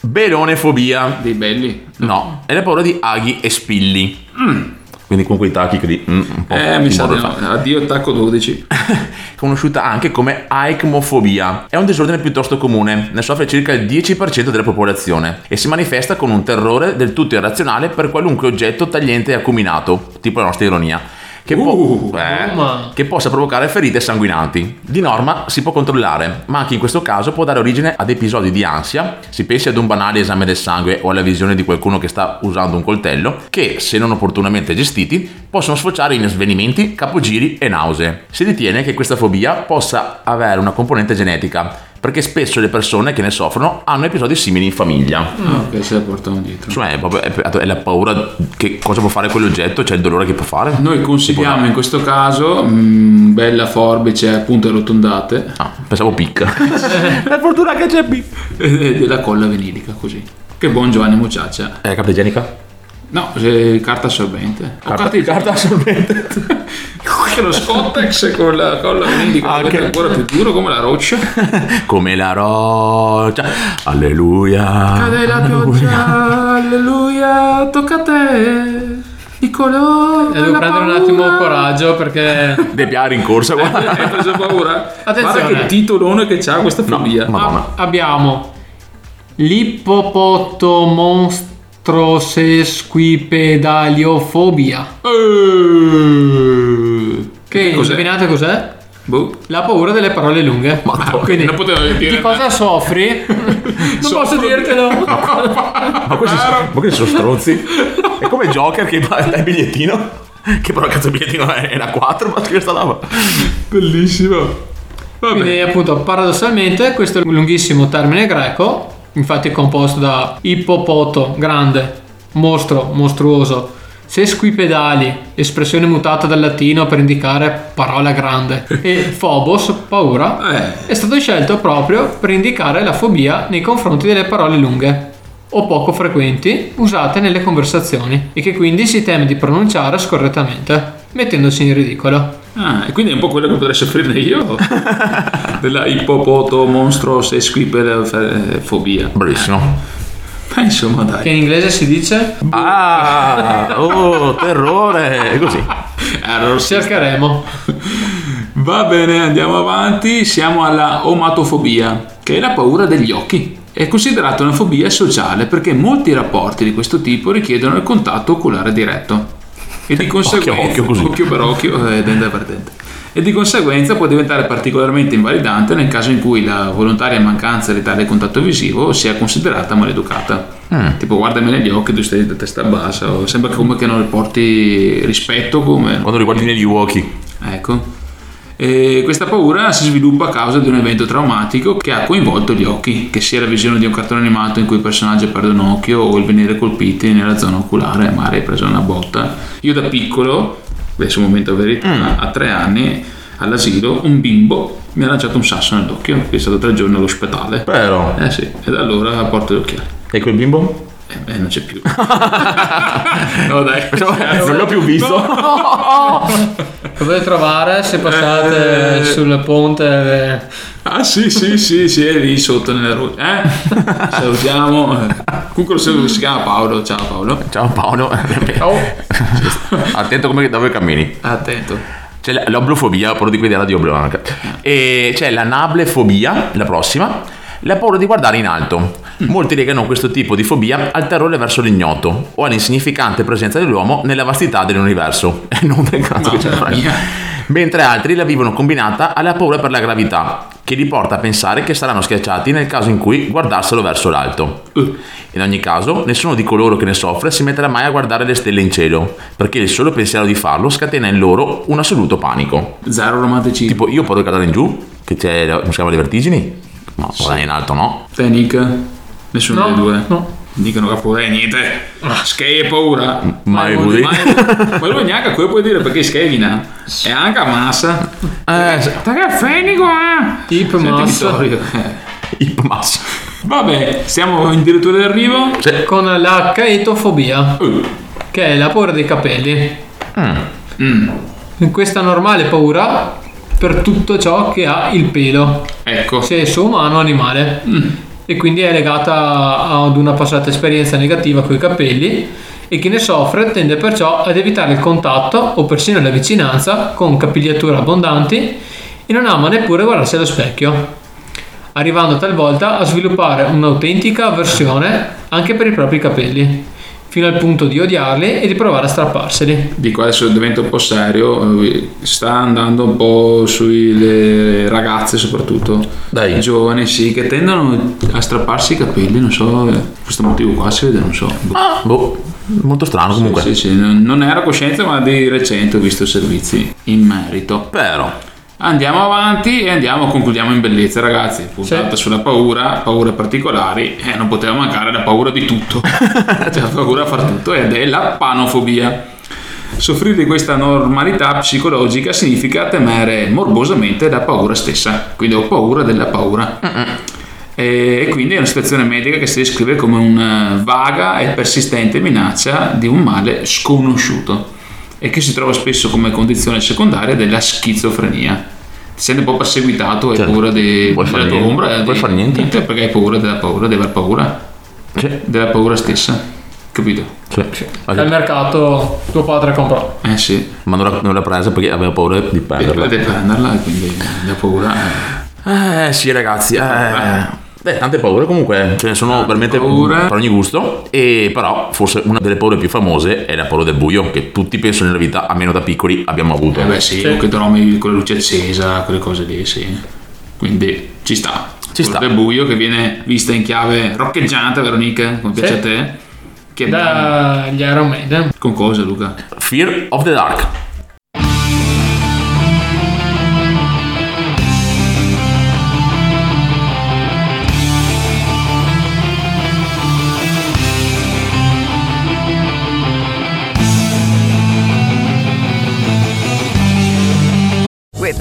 Speaker 1: Belonefobia.
Speaker 2: Dei belli?
Speaker 1: No. È la paura di aghi e spilli. Mm. Quindi con quei tacchi che lì. mm, un po'
Speaker 2: Eh, mi sa di no.
Speaker 1: timore fa.
Speaker 2: Addio tacco 12.
Speaker 1: Conosciuta anche come aicmofobia. È un disordine piuttosto comune, ne soffre circa il 10% della popolazione e si manifesta con un terrore del tutto irrazionale per qualunque oggetto tagliente e acuminato, tipo la nostra ironia. Che, può-
Speaker 2: Uh.
Speaker 1: eh,
Speaker 3: ma-
Speaker 1: che possa provocare ferite sanguinanti. Di norma si può controllare, ma anche in questo caso può dare origine ad episodi di ansia, si pensi ad un banale esame del sangue o alla visione di qualcuno che sta usando un coltello, che, se non opportunamente gestiti, possono sfociare in svenimenti, capogiri e nausee. Si ritiene che questa fobia possa avere una componente genetica, perché spesso le persone che ne soffrono hanno episodi simili in famiglia.
Speaker 2: Ah, ok, se la portano dietro.
Speaker 1: Cioè, è, proprio- è- è la paura che cosa può fare quell'oggetto, cioè il dolore che può fare.
Speaker 2: Noi consigliamo in questo caso mm, bella forbice appunto arrotondate.
Speaker 1: Ah, pensavo picca.
Speaker 2: per
Speaker 1: fortuna che c'è B.
Speaker 2: E della colla venilica così. Che buon Giovanni Mucciaccia.
Speaker 1: Eh, carta igienica?
Speaker 2: No, se- carta assorbente.
Speaker 1: Carta-
Speaker 2: carta assorbente. che lo Scottex con la colla venilica ah, è ancora più duro come la roccia.
Speaker 1: Come la roccia. Alleluia.
Speaker 2: Cade la pioggia, alleluia, tocca a te. Piccolo,
Speaker 3: E devo prendere un attimo coraggio perché...
Speaker 1: De Piari in corsa, guarda.
Speaker 2: Hai preso paura?
Speaker 3: Attenzione.
Speaker 2: Guarda che titolone che c'ha questa fobia.
Speaker 1: Madonna.
Speaker 3: Abbiamo l'ippopotomonstrosesquipedaliofobia.
Speaker 2: Ah, eh.
Speaker 3: Che indovinate cos'è? La paura delle parole lunghe. Quindi,
Speaker 2: Boh. non potevo eh. dire
Speaker 3: di cosa soffri? non posso dirtelo.
Speaker 1: Ma questi, sono, ma questi sono stronzi. È come Joker che fa il bigliettino. Che però cazzo il bigliettino è era 4, ma che sta roba.
Speaker 2: Bellissimo.
Speaker 3: Quindi appunto paradossalmente questo lunghissimo termine greco, infatti è composto da ippopoto, grande, mostro, mostruoso, Se squipedali, espressione mutata dal latino per indicare parola grande, e phobos, paura, è stato scelto proprio per indicare la fobia nei confronti delle parole lunghe o poco frequenti usate nelle conversazioni e che quindi si teme di pronunciare scorrettamente, mettendosi in ridicolo.
Speaker 2: Ah, e quindi è un po' quello che potrei soffrirne io. Della ipopoto mostro eh, sesquipedofobia.
Speaker 1: Bravissimo.
Speaker 2: Ma Eh, insomma, dai.
Speaker 3: Che in inglese si dice?
Speaker 1: Ah, oh, terrore! È così.
Speaker 2: Allora,
Speaker 3: cercheremo.
Speaker 2: Va bene, andiamo avanti. Siamo alla omatofobia, che è la paura degli occhi. È considerata una fobia sociale perché molti rapporti di questo tipo richiedono il contatto oculare diretto. E di conseguenza,
Speaker 1: occhio così.
Speaker 2: per occhio e dente per dente. E di conseguenza può diventare particolarmente invalidante nel caso in cui la volontaria mancanza di tale contatto visivo sia considerata maleducata.
Speaker 1: Mm.
Speaker 2: Tipo guardami negli occhi, tu stai da testa bassa, o sembra come che non porti rispetto come...
Speaker 1: Quando riguardi negli uochi.
Speaker 2: Ecco. E questa paura si sviluppa a causa di un evento traumatico che ha coinvolto gli occhi, che sia la visione di un cartone animato in cui il personaggio perde un occhio o il venire colpiti nella zona oculare, magari hai preso una botta. Io da piccolo, adesso momento verità, a tre anni all'asilo un bimbo mi ha lanciato un sasso nell'occhio, che è stato tre giorni all'ospedale.
Speaker 1: Però.
Speaker 2: Eh sì, e da allora porto gli occhiali.
Speaker 1: E quel bimbo?
Speaker 2: Eh, eh, non c'è più. no dai,
Speaker 1: non l'ho più visto.
Speaker 3: Potete trovare se passate
Speaker 2: Eh.
Speaker 3: sul ponte. eh,
Speaker 2: Ah sì sì sì sì, è lì sotto nella ruota. Eh? Salutiamo. eh. Comunque lo saluto, si chiama Paolo. Ciao Paolo.
Speaker 1: Ciao Paolo.
Speaker 2: Ciao.
Speaker 1: Attento come dove cammini.
Speaker 2: Attento.
Speaker 1: C'è la- l'oblofobia, però di cui della di Oblovanca.
Speaker 2: Eh.
Speaker 1: E c'è la nablefobia, la prossima, la paura di guardare in alto.
Speaker 2: Mm.
Speaker 1: Molti legano questo tipo di fobia al terrore verso l'ignoto o all'insignificante presenza dell'uomo nella vastità dell'universo. E non del cazzo che c'è
Speaker 2: Mamma
Speaker 1: fuori.
Speaker 2: mia.
Speaker 1: Mentre altri la vivono combinata alla paura per la gravità, che li porta a pensare che saranno schiacciati nel caso in cui guardassero verso l'alto. In ogni caso, nessuno di coloro che ne soffre si metterà mai a guardare le stelle in cielo, perché il solo pensiero di farlo scatena in loro un assoluto panico.
Speaker 2: Zero romanticismo.
Speaker 1: Tipo, io potrei cadere in giù, che c'è, la- come si chiama, le vertigini? No, guardare in alto no.
Speaker 2: Te Nick? Nessuno dei due? No. Ah. Dicono che paura è niente. Sky è paura.
Speaker 1: Mai
Speaker 2: lui.
Speaker 1: avuti.
Speaker 2: Ma lui neanche a quello puoi dire perché Sky vina. E anche a massa. Eh, che fenico eh.
Speaker 3: Tip
Speaker 2: Senti,
Speaker 3: massa.
Speaker 2: Vittorio.
Speaker 1: Hip massa.
Speaker 2: Vabbè, siamo in direttore d'arrivo.
Speaker 3: Con la caetofobia, che è la paura dei capelli. Questa normale paura per tutto ciò che ha il pelo.
Speaker 2: Ecco.
Speaker 3: Se esso umano o animale.
Speaker 2: Mm.
Speaker 3: E quindi è legata ad una passata esperienza negativa con i capelli. E chi ne soffre tende perciò ad evitare il contatto o persino la vicinanza con capigliature abbondanti e non ama neppure guardarsi allo specchio arrivando talvolta a sviluppare un'autentica avversione anche per i propri capelli, fino al punto di odiarli e di provare a strapparseli.
Speaker 2: Dico adesso divento un po' serio, eh, sta andando un po' sulle ragazze soprattutto, Dai. giovani sì, che tendono a strapparsi i capelli, non so, eh, questo motivo qua si vede, non so.
Speaker 1: Ah, boh, molto strano comunque.
Speaker 2: Sì, sì, non non era coscienza ma di recente ho visto servizi in merito.
Speaker 1: Però.
Speaker 2: Andiamo avanti e andiamo, concludiamo in bellezza ragazzi, puntata sulla paura, paure particolari, eh, non poteva mancare la paura di tutto, cioè la paura a far tutto ed è la panofobia. Soffrire di questa normalità psicologica significa temere morbosamente la paura stessa, quindi ho paura della paura. E e quindi è una situazione medica che si descrive come una vaga e persistente minaccia di un male sconosciuto e che si trova spesso come condizione secondaria della schizofrenia. Ti senti un po' perseguitato, hai paura di, della
Speaker 1: fare
Speaker 2: tua
Speaker 1: niente.
Speaker 2: ombra,
Speaker 1: Certo.
Speaker 2: eh,
Speaker 1: Vuoi
Speaker 2: di-
Speaker 1: fare niente.
Speaker 2: niente, perché hai paura della paura, di aver paura della paura stessa, capito?
Speaker 3: Al mercato tuo padre comprò.
Speaker 2: Eh sì.
Speaker 1: Ma non l'ha, non l'ha presa perché aveva paura di perderla.
Speaker 2: Di prenderla, "Eh, quindi da paura.
Speaker 1: Eh sì ragazzi, eh. Beh, tante paure comunque, ce ne sono veramente
Speaker 2: paure.
Speaker 1: per ogni gusto. E però forse una delle paure più famose è la paura del buio, che tutti penso nella vita, almeno da piccoli, abbiamo avuto.
Speaker 2: Eh beh sì, o che dormi con la luce accesa, quelle cose lì, sì. Quindi ci sta. Ci sta. Del buio che viene vista in chiave roccheggiante, Veronica, come piace
Speaker 3: Sì.
Speaker 2: a te. Che
Speaker 3: Dagli Iron Maiden.
Speaker 2: Con cosa, Luca?
Speaker 1: Fear of the Dark.
Speaker 12: With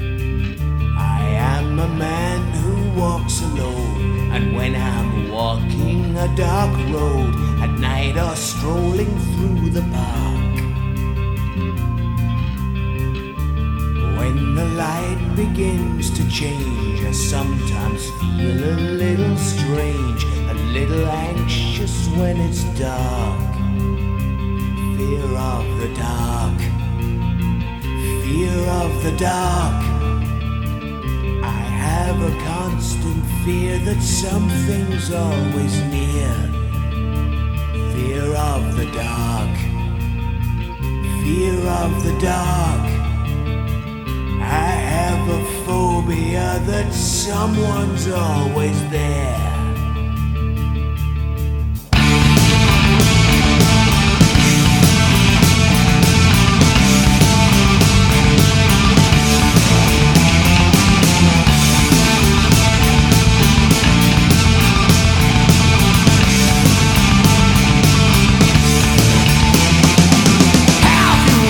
Speaker 13: I am a man who walks alone, and when I'm walking a dark road at night or strolling through the park, when the light begins to change, I sometimes feel a little strange, a little anxious when it's dark. Fear of the dark, fear of the dark. I have a constant fear that something's always near. Fear of the dark. Fear of the dark. I have a phobia that someone's always there.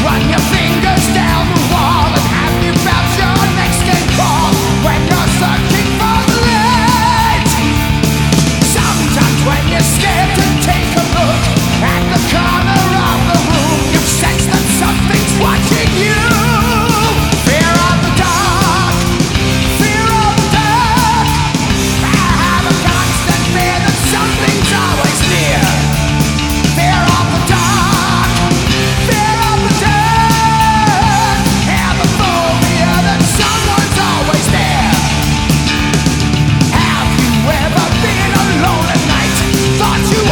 Speaker 14: Run your fingers down the wall and have you found your next game call when you're searching for the light? Sometimes when you're scared to take a look at the corner of the room, you sense that something's watching you. Fear of the dark, fear of the dark. I have a constant fear that something's always near. Fear of the dark. Fear of the dark, have a phobia that someone's always there. Have you ever been alone at night? Thought you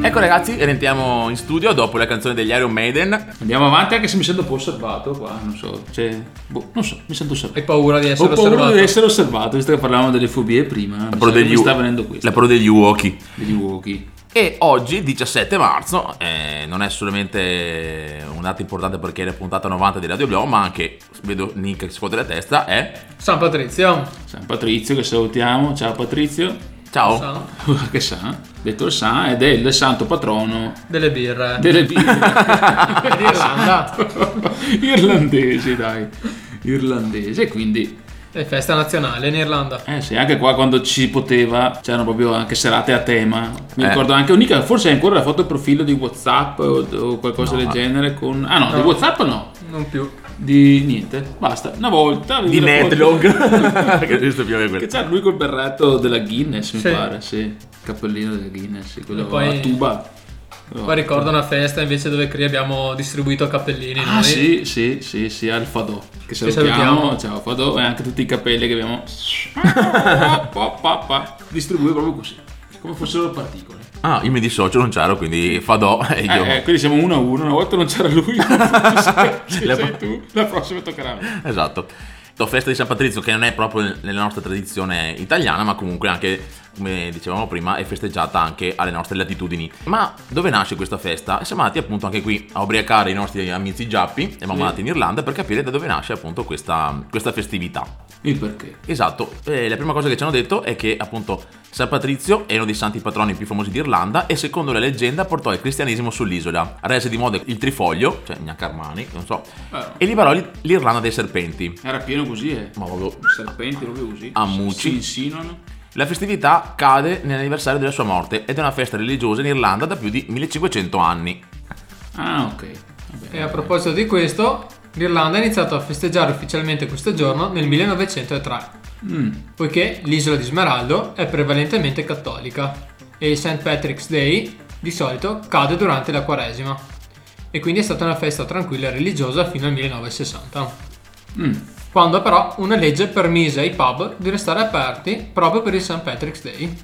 Speaker 1: Ecco ragazzi, rientriamo in studio dopo la canzone degli Iron Maiden.
Speaker 2: Andiamo avanti anche se mi sento un po' osservato qua, non so. Cioè, boh, non so, mi sento osservato.
Speaker 3: Hai paura di
Speaker 2: Ho paura di essere osservato, visto che parlavamo delle fobie prima.
Speaker 1: La pro degli,
Speaker 2: Mi sta
Speaker 1: u-
Speaker 2: venendo questo.
Speaker 1: la pro degli Uochi. E oggi, 17 marzo, eh, non è solamente un dato importante perché è la puntata 90 di Radio Globo, ma anche, vedo Nick che si scuote la testa, è...
Speaker 3: San Patrizio.
Speaker 2: San Patrizio che salutiamo. Ciao Patrizio.
Speaker 1: Ciao.
Speaker 2: Che sa? Detto il sa ed è il santo patrono
Speaker 3: Delle birre.
Speaker 2: delle birre
Speaker 3: Irlanda.
Speaker 2: irlandesi, dai. Irlandese, quindi
Speaker 3: È festa nazionale in Irlanda.
Speaker 2: Eh sì, anche qua quando ci poteva c'erano proprio anche serate a tema. Mi
Speaker 3: Eh.
Speaker 2: ricordo anche unica, forse hai ancora la foto profilo di WhatsApp o, o qualcosa
Speaker 3: No.
Speaker 2: del genere con Ah no,
Speaker 3: No.
Speaker 2: di WhatsApp no.
Speaker 3: Non più.
Speaker 2: Di niente, basta. Una volta avevi
Speaker 1: Di
Speaker 2: la foto-
Speaker 1: Netlog. che giusto più che
Speaker 2: che
Speaker 1: quello.
Speaker 2: c'era lui col berretto della Guinness, mi
Speaker 3: Sì.
Speaker 2: pare, sì. Cappellino della Guinness, sì, quello
Speaker 3: E poi-
Speaker 2: a tuba.
Speaker 3: Poi ricordo una festa invece dove qui abbiamo distribuito cappellini.
Speaker 2: Ah
Speaker 3: noi.
Speaker 2: sì, sì, sì, sì, al Fadò. Che salutiamo.
Speaker 3: salutiamo.
Speaker 2: Ciao Fadò e anche tutti i capelli che abbiamo distribuiti proprio così, come fossero particole.
Speaker 1: Ah, io mi dissocio, non c'ero, quindi Fadò e io...
Speaker 2: Eh, eh, quindi siamo uno a uno, una volta non c'era lui, sei,
Speaker 1: La-
Speaker 2: sei tu, la prossima toccherà a me.
Speaker 1: Esatto. La festa di San Patrizio, che non è proprio nella nostra tradizione italiana, ma comunque anche, come dicevamo prima, è festeggiata anche alle nostre latitudini. Ma dove nasce questa festa? Siamo andati appunto anche qui a ubriacare i nostri amici giappi, e siamo
Speaker 2: Sì.
Speaker 1: andati in Irlanda per capire da dove nasce appunto questa, questa festività.
Speaker 2: Il perché?
Speaker 1: Esatto, Eh, la prima cosa che ci hanno detto è che appunto San Patrizio è uno dei santi patroni più famosi d'Irlanda e secondo la leggenda portò il cristianesimo sull'isola, rese di moda il trifoglio, cioè Gnacarmani, non so,
Speaker 2: Ah,
Speaker 1: e liberò l'I- l'Irlanda dai serpenti.
Speaker 2: era pieno così, eh.
Speaker 1: Ma proprio
Speaker 2: Serpenti proprio così.
Speaker 1: a mucci.
Speaker 2: Si insinuano.
Speaker 1: La festività cade nell'anniversario della sua morte ed è una festa religiosa in Irlanda da più di 1500 anni.
Speaker 2: Ah, ok.
Speaker 3: E a proposito di questo, l'Irlanda ha iniziato a festeggiare ufficialmente questo giorno nel 1903,
Speaker 2: Mm.
Speaker 3: poiché l'isola di Smeraldo è prevalentemente cattolica e il St. Patrick's Day di solito cade durante la Quaresima e quindi è stata una festa tranquilla e religiosa fino al 1960.
Speaker 2: Mm.
Speaker 3: Quando però una legge permise ai pub di restare aperti proprio per il St. Patrick's Day.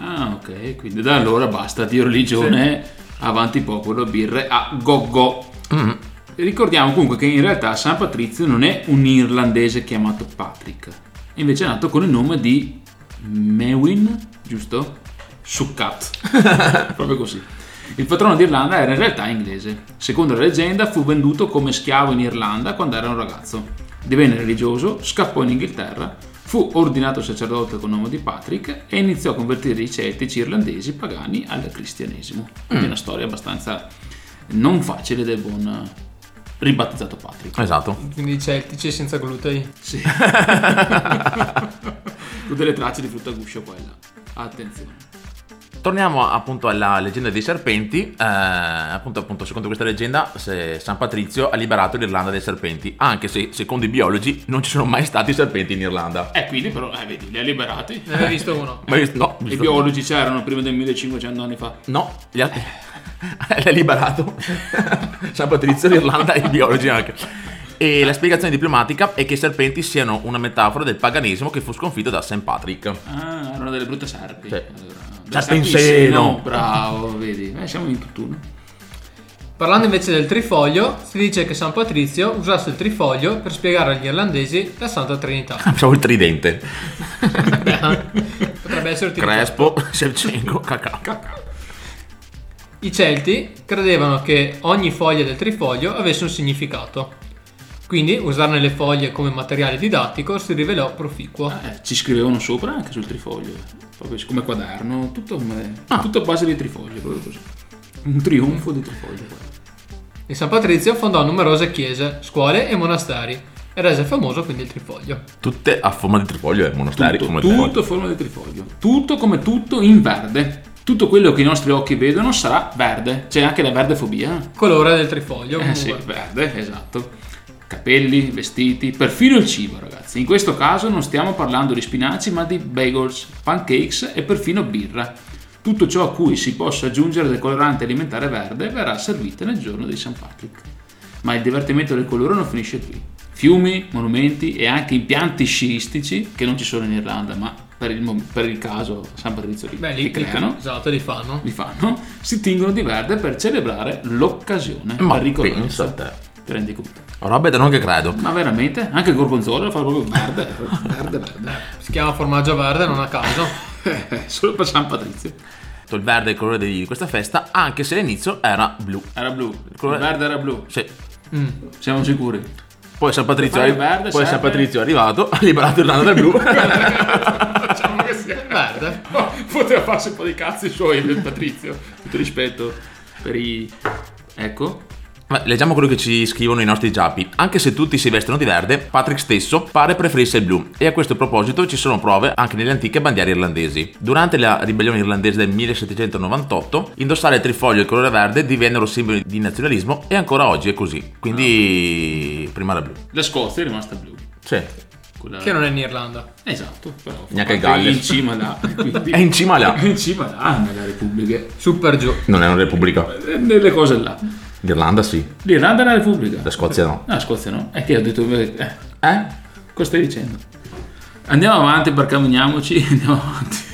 Speaker 2: Ah, ok. Quindi da allora basta, Dio religione, avanti popolo, birre a go-go. Ricordiamo comunque che in realtà San Patrizio non è un irlandese chiamato Patrick, invece è nato con il nome di Mewin, giusto? Succat, proprio così. Il patrono d'Irlanda era in realtà inglese. Secondo la leggenda fu venduto come schiavo in Irlanda quando era un ragazzo. Divenne religioso, scappò in Inghilterra, fu ordinato sacerdote con il nome di Patrick e iniziò a convertire i celtici irlandesi pagani al cristianesimo. Quindi
Speaker 1: Mm.
Speaker 2: una storia abbastanza non facile del buon eh, ribattezzato Patrick.
Speaker 1: Esatto.
Speaker 3: Quindi i celtici senza glutei.
Speaker 2: Sì. Con delle tracce di frutta guscio qua e là. Attenzione.
Speaker 1: Torniamo appunto alla leggenda dei serpenti. Eh, appunto, appunto, secondo questa leggenda, se- San Patrizio ha liberato l'Irlanda dai serpenti, anche se secondo i biologi non ci sono mai stati serpenti in Irlanda.
Speaker 2: E quindi però, eh, vedi, li ha liberati.
Speaker 1: Eh.
Speaker 3: Ne avevi visto uno?
Speaker 1: Ma io- no,
Speaker 2: I
Speaker 1: giusto-
Speaker 2: biologi c'erano prima del 1500 anni fa.
Speaker 1: No, li ha,
Speaker 2: Eh.
Speaker 1: li ha liberato San Patrizio, l'Irlanda e i biologi anche. E la spiegazione diplomatica è che i serpenti siano una metafora del paganesimo che fu sconfitto da St. Patrick.
Speaker 2: Ah, erano delle brutte serpi.
Speaker 1: Sì.
Speaker 2: Delle
Speaker 1: Serpi in
Speaker 2: serpi in
Speaker 1: seno.
Speaker 2: seno, Bravo, vedi. Eh, siamo in tutt'uno.
Speaker 3: Parlando invece del trifoglio, si dice che San Patrizio usasse il trifoglio per spiegare agli irlandesi la Santa Trinità.
Speaker 1: Pensavo il tridente.
Speaker 3: Potrebbe essere utilizzato.
Speaker 1: Crespo, Shevchenko, Kakà.
Speaker 3: I Celti credevano che ogni foglia del trifoglio avesse un significato. Quindi usarne le foglie come materiale didattico si rivelò proficuo.
Speaker 2: Eh, Ci scrivevano sopra anche sul trifoglio. Proprio come quaderno, tutto, come-
Speaker 1: Ah.
Speaker 2: tutto a base di trifoglio, proprio così. Un trionfo di trifoglio.
Speaker 3: E San Patrizio fondò numerose chiese, scuole e monasteri e rese famoso quindi il trifoglio.
Speaker 1: Tutte a forma di trifoglio, eh, monasteri.
Speaker 2: Tutto,
Speaker 1: come
Speaker 2: tutto a forma di trifoglio. Tutto come tutto in verde. Tutto quello che i nostri occhi vedono sarà verde. eh. C'è anche la verdefobia.
Speaker 3: Colore del trifoglio.
Speaker 2: Eh sì, verde, esatto. Capelli, vestiti, perfino il cibo, ragazzi. In questo caso non stiamo parlando di spinaci, ma di bagels, pancakes e perfino birra. Tutto ciò a cui si possa aggiungere del colorante alimentare verde verrà servito nel giorno di San Patrick. Ma il divertimento del colore non finisce qui. Fiumi, monumenti e anche impianti sciistici, che non ci sono in Irlanda, ma per il, mom- per il caso San Patrizio li,
Speaker 3: Beh,
Speaker 2: li creano,
Speaker 3: Esatto, li fanno.
Speaker 2: li fanno, si tingono di verde per celebrare l'occasione.
Speaker 1: Ma
Speaker 2: pensa te. Ti rendi conto?
Speaker 1: Oh, Robe da non che credo.
Speaker 2: Ma veramente? Anche il gorgonzola lo fa proprio verde, verde, verde.
Speaker 3: Si chiama formaggio verde, non a caso.
Speaker 2: Solo per San Patrizio.
Speaker 1: Il verde è il colore di questa festa, anche se all'inizio era blu.
Speaker 2: Era blu.
Speaker 1: Il,
Speaker 2: Il verde era blu.
Speaker 1: Sì.
Speaker 3: Mm.
Speaker 2: Siamo sicuri.
Speaker 1: Poi San Patrizio,
Speaker 2: Fare
Speaker 1: è,
Speaker 2: il verde
Speaker 1: poi San
Speaker 2: serve-
Speaker 1: Patrizio è arrivato, ha liberato l'Irlanda dal blu.
Speaker 2: Facciamo che sia verde. poteva farsi un po' di cazzi suoi del Patrizio. Tutto rispetto per i... Ecco.
Speaker 1: Ma leggiamo quello che ci scrivono i nostri giappi. Anche se tutti si vestono di verde, Patrick stesso pare preferisse il blu. E a questo proposito ci sono prove anche nelle antiche bandiere irlandesi. Durante la ribellione irlandese del 1798, indossare il trifoglio e il colore verde divennero simboli di nazionalismo e ancora oggi è così. Quindi prima la blu.
Speaker 2: La Scozia è rimasta blu.
Speaker 1: Sì.
Speaker 2: Quella-
Speaker 3: Che non è in Irlanda.
Speaker 2: Esatto, però.
Speaker 1: Neanche il
Speaker 2: È
Speaker 1: Galles.
Speaker 2: in cima là. quindi-
Speaker 1: È in cima là.
Speaker 2: È in cima là nella Repubblica.
Speaker 3: Super giù.
Speaker 1: Non è una repubblica.
Speaker 2: Nelle cose là.
Speaker 1: L'Irlanda sì,
Speaker 2: L'Irlanda è una Repubblica.
Speaker 1: la Scozia no.
Speaker 2: No, Scozia no. E che ho detto? Eh,
Speaker 1: eh?
Speaker 2: Cosa stai dicendo? Andiamo avanti per cambiamoci. Andiamo avanti.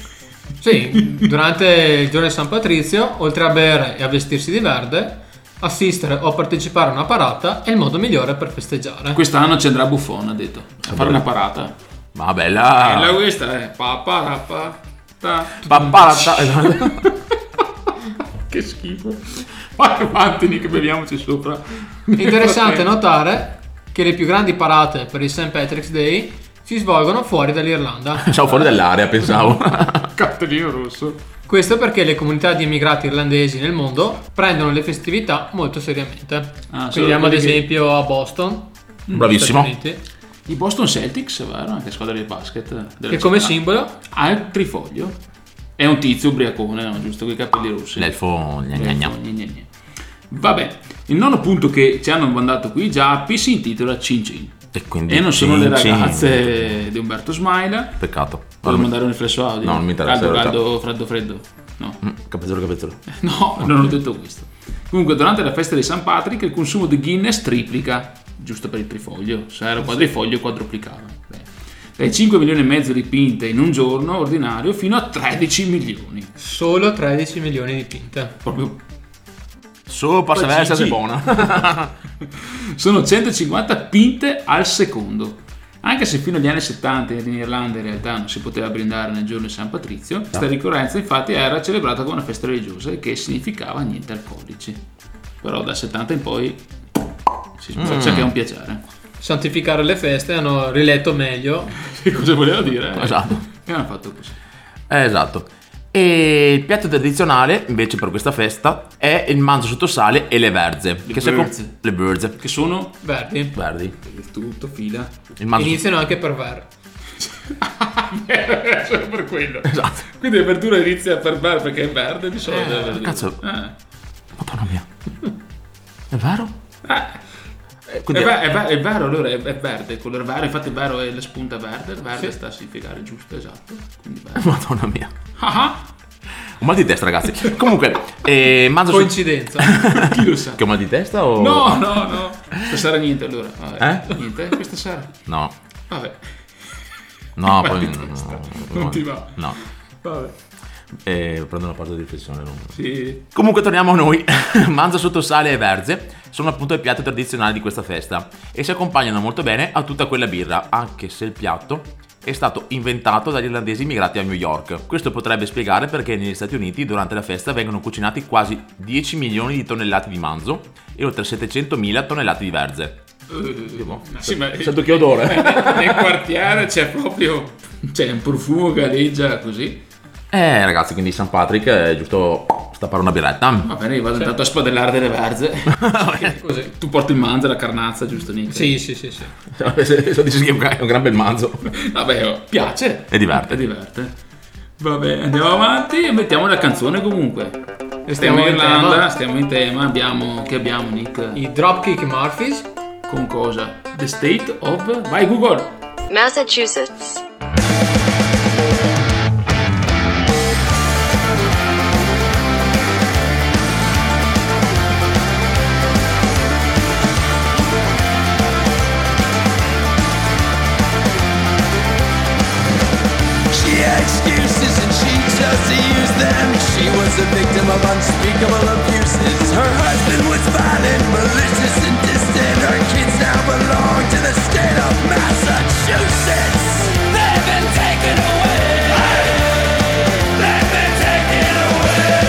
Speaker 3: Sì, durante il giorno di San Patrizio, oltre a bere e a vestirsi di verde, assistere o partecipare a una parata è il modo migliore per festeggiare.
Speaker 2: Quest'anno ci andrà Buffon, ha detto. A fare una parata.
Speaker 1: Ma
Speaker 3: Ah.
Speaker 1: bella.
Speaker 2: Bella questa, eh. Pa, pa, ra, pa, ta.
Speaker 1: Papparata.
Speaker 3: esatto.
Speaker 2: Che schifo. Vai avanti, Nick, beviamoci sopra.
Speaker 3: Interessante notare che le più grandi parate per il St. Patrick's Day si svolgono fuori dall'Irlanda.
Speaker 1: Ciao fuori dall'area, pensavo.
Speaker 2: Cartellino rosso.
Speaker 3: Questo perché le comunità di immigrati irlandesi nel mondo prendono le festività molto seriamente.
Speaker 2: Ah,
Speaker 3: Quindi
Speaker 2: solo
Speaker 3: andiamo ad
Speaker 2: quelli che-
Speaker 3: esempio a Boston.
Speaker 1: Bravissimo.
Speaker 3: negli Stati Uniti,
Speaker 2: I Boston Celtics, vero? Anche squadra di basket. della
Speaker 3: Che come
Speaker 2: città.
Speaker 3: simbolo
Speaker 2: ha il trifoglio. È un tizio ubriacone, no? giusto? Con i capelli rossi.
Speaker 1: L'elfo gna gna gna.
Speaker 2: Gna gna gna. Vabbè, il nono punto che ci hanno mandato qui i giappi si intitola Cin Cin.
Speaker 1: E quindi
Speaker 2: E non sono
Speaker 1: cin,
Speaker 2: le
Speaker 1: cin.
Speaker 2: ragazze di Umberto Smaila.
Speaker 1: Peccato.
Speaker 2: Voglio mandare un riflesso audio.
Speaker 1: No, non mi interessa, in
Speaker 2: Caldo,
Speaker 1: realtà.
Speaker 2: caldo, freddo, freddo. No.
Speaker 1: Mm, Capezzolo, capezzolo.
Speaker 2: No, non ho detto questo. Comunque, durante la festa di San Patrick il consumo di Guinness triplica, giusto per il trifoglio. Se era quadrifoglio, quadruplicava. Beh. Dai 5 milioni e mezzo di pinte in un giorno ordinario fino a 13 milioni.
Speaker 3: solo 13 milioni di pinte.
Speaker 2: Proprio
Speaker 1: Solo pasta
Speaker 2: Poi
Speaker 1: versa
Speaker 2: Gigi.
Speaker 1: è buona.
Speaker 2: Sono 150 pinte al secondo. Anche se fino agli anni 70 in Irlanda in realtà non si poteva brindare nel giorno di San Patrizio, questa ricorrenza infatti era celebrata come una festa religiosa e che significava niente alcolici. Però dal 70 in poi si spaccia
Speaker 3: Mm.
Speaker 2: che è un piacere.
Speaker 3: Santificare le feste hanno riletto meglio.
Speaker 2: Che cosa voleva dire? eh?
Speaker 1: Esatto.
Speaker 2: E hanno fatto così.
Speaker 1: Eh, esatto. E il piatto tradizionale invece per questa festa è il manzo sottosale e le verze.
Speaker 2: Le
Speaker 1: si com-
Speaker 2: verze.
Speaker 1: le verze.
Speaker 2: Che sono
Speaker 3: Verdi.
Speaker 1: Verdi.
Speaker 2: tutto fila.
Speaker 1: Il manzo
Speaker 3: Iniziano anche per ver.
Speaker 2: Solo per quello. Quindi l'apertura inizia per verde perché è verde di solito. è verdura.
Speaker 1: cazzo.
Speaker 2: Eh.
Speaker 1: È vero?
Speaker 2: È,
Speaker 1: Eh, Quindi-
Speaker 2: ver- Eh. è ver- è vero, allora è, è verde, il colore verde, infatti è vero è la spunta verde, il verde sta a significare giusto, esatto. Quindi verde.
Speaker 1: Madonna mia.
Speaker 2: Ah,
Speaker 1: Un mal di testa, ragazzi. Comunque, eh, manzo
Speaker 3: Coincidenza.
Speaker 2: ah, chi lo sa?
Speaker 1: Che ho mal di testa o...
Speaker 2: No, no, no. Stasera niente allora. Vabbè.
Speaker 1: Eh?
Speaker 2: Niente, questa sera.
Speaker 1: No.
Speaker 2: Vabbè.
Speaker 1: No,
Speaker 2: Mal
Speaker 1: poi...
Speaker 2: di testa.
Speaker 1: no,
Speaker 2: Non
Speaker 1: no,
Speaker 2: ti va.
Speaker 1: No.
Speaker 2: Vabbè.
Speaker 1: Eh, prendo una parte di riflessione. non-
Speaker 2: Sì.
Speaker 1: Comunque torniamo a noi. Manzo sottosale e verze sono appunto il piatto tradizionale di questa festa e si accompagnano molto bene a tutta quella birra, anche se il piatto è stato inventato dagli irlandesi immigrati a New York. Questo potrebbe spiegare perché negli Stati Uniti durante la festa vengono cucinati quasi 10 milioni di tonnellate di manzo e oltre 700.000 tonnellate di verze.
Speaker 2: Eh, sì, ma
Speaker 1: Sento che odore.
Speaker 2: Eh, nel quartiere c'è proprio c'è un profumo che galleggia così.
Speaker 1: Eh ragazzi, quindi San Patrick è giusto stappare una birretta.
Speaker 2: Va bene, io vado intanto a spadellare delle verze. Così. Tu porti il manzo e la carnazza, giusto Nick?
Speaker 3: Sì, sì, sì, sì.
Speaker 1: Se dici che è un gran- è un gran bel manzo.
Speaker 2: Vabbè, oh, piace.
Speaker 1: E diverte.
Speaker 2: E diverte. Vabbè, andiamo avanti e mettiamo la canzone comunque. Stiamo
Speaker 3: Stiamo
Speaker 2: in
Speaker 3: in
Speaker 2: Irlanda,
Speaker 3: tema.
Speaker 2: stiamo in tema, abbiamo, che abbiamo Nick?
Speaker 3: I Dropkick Murphys.
Speaker 2: Con cosa? The State of... Vai Google!
Speaker 15: Massachusetts.
Speaker 14: She excuses and she chose to use them. She was a victim of unspeakable abuses. Her husband was violent, malicious, and distant. Her kids now belong to the state of Massachusetts. They've been taken away. They've been taken away.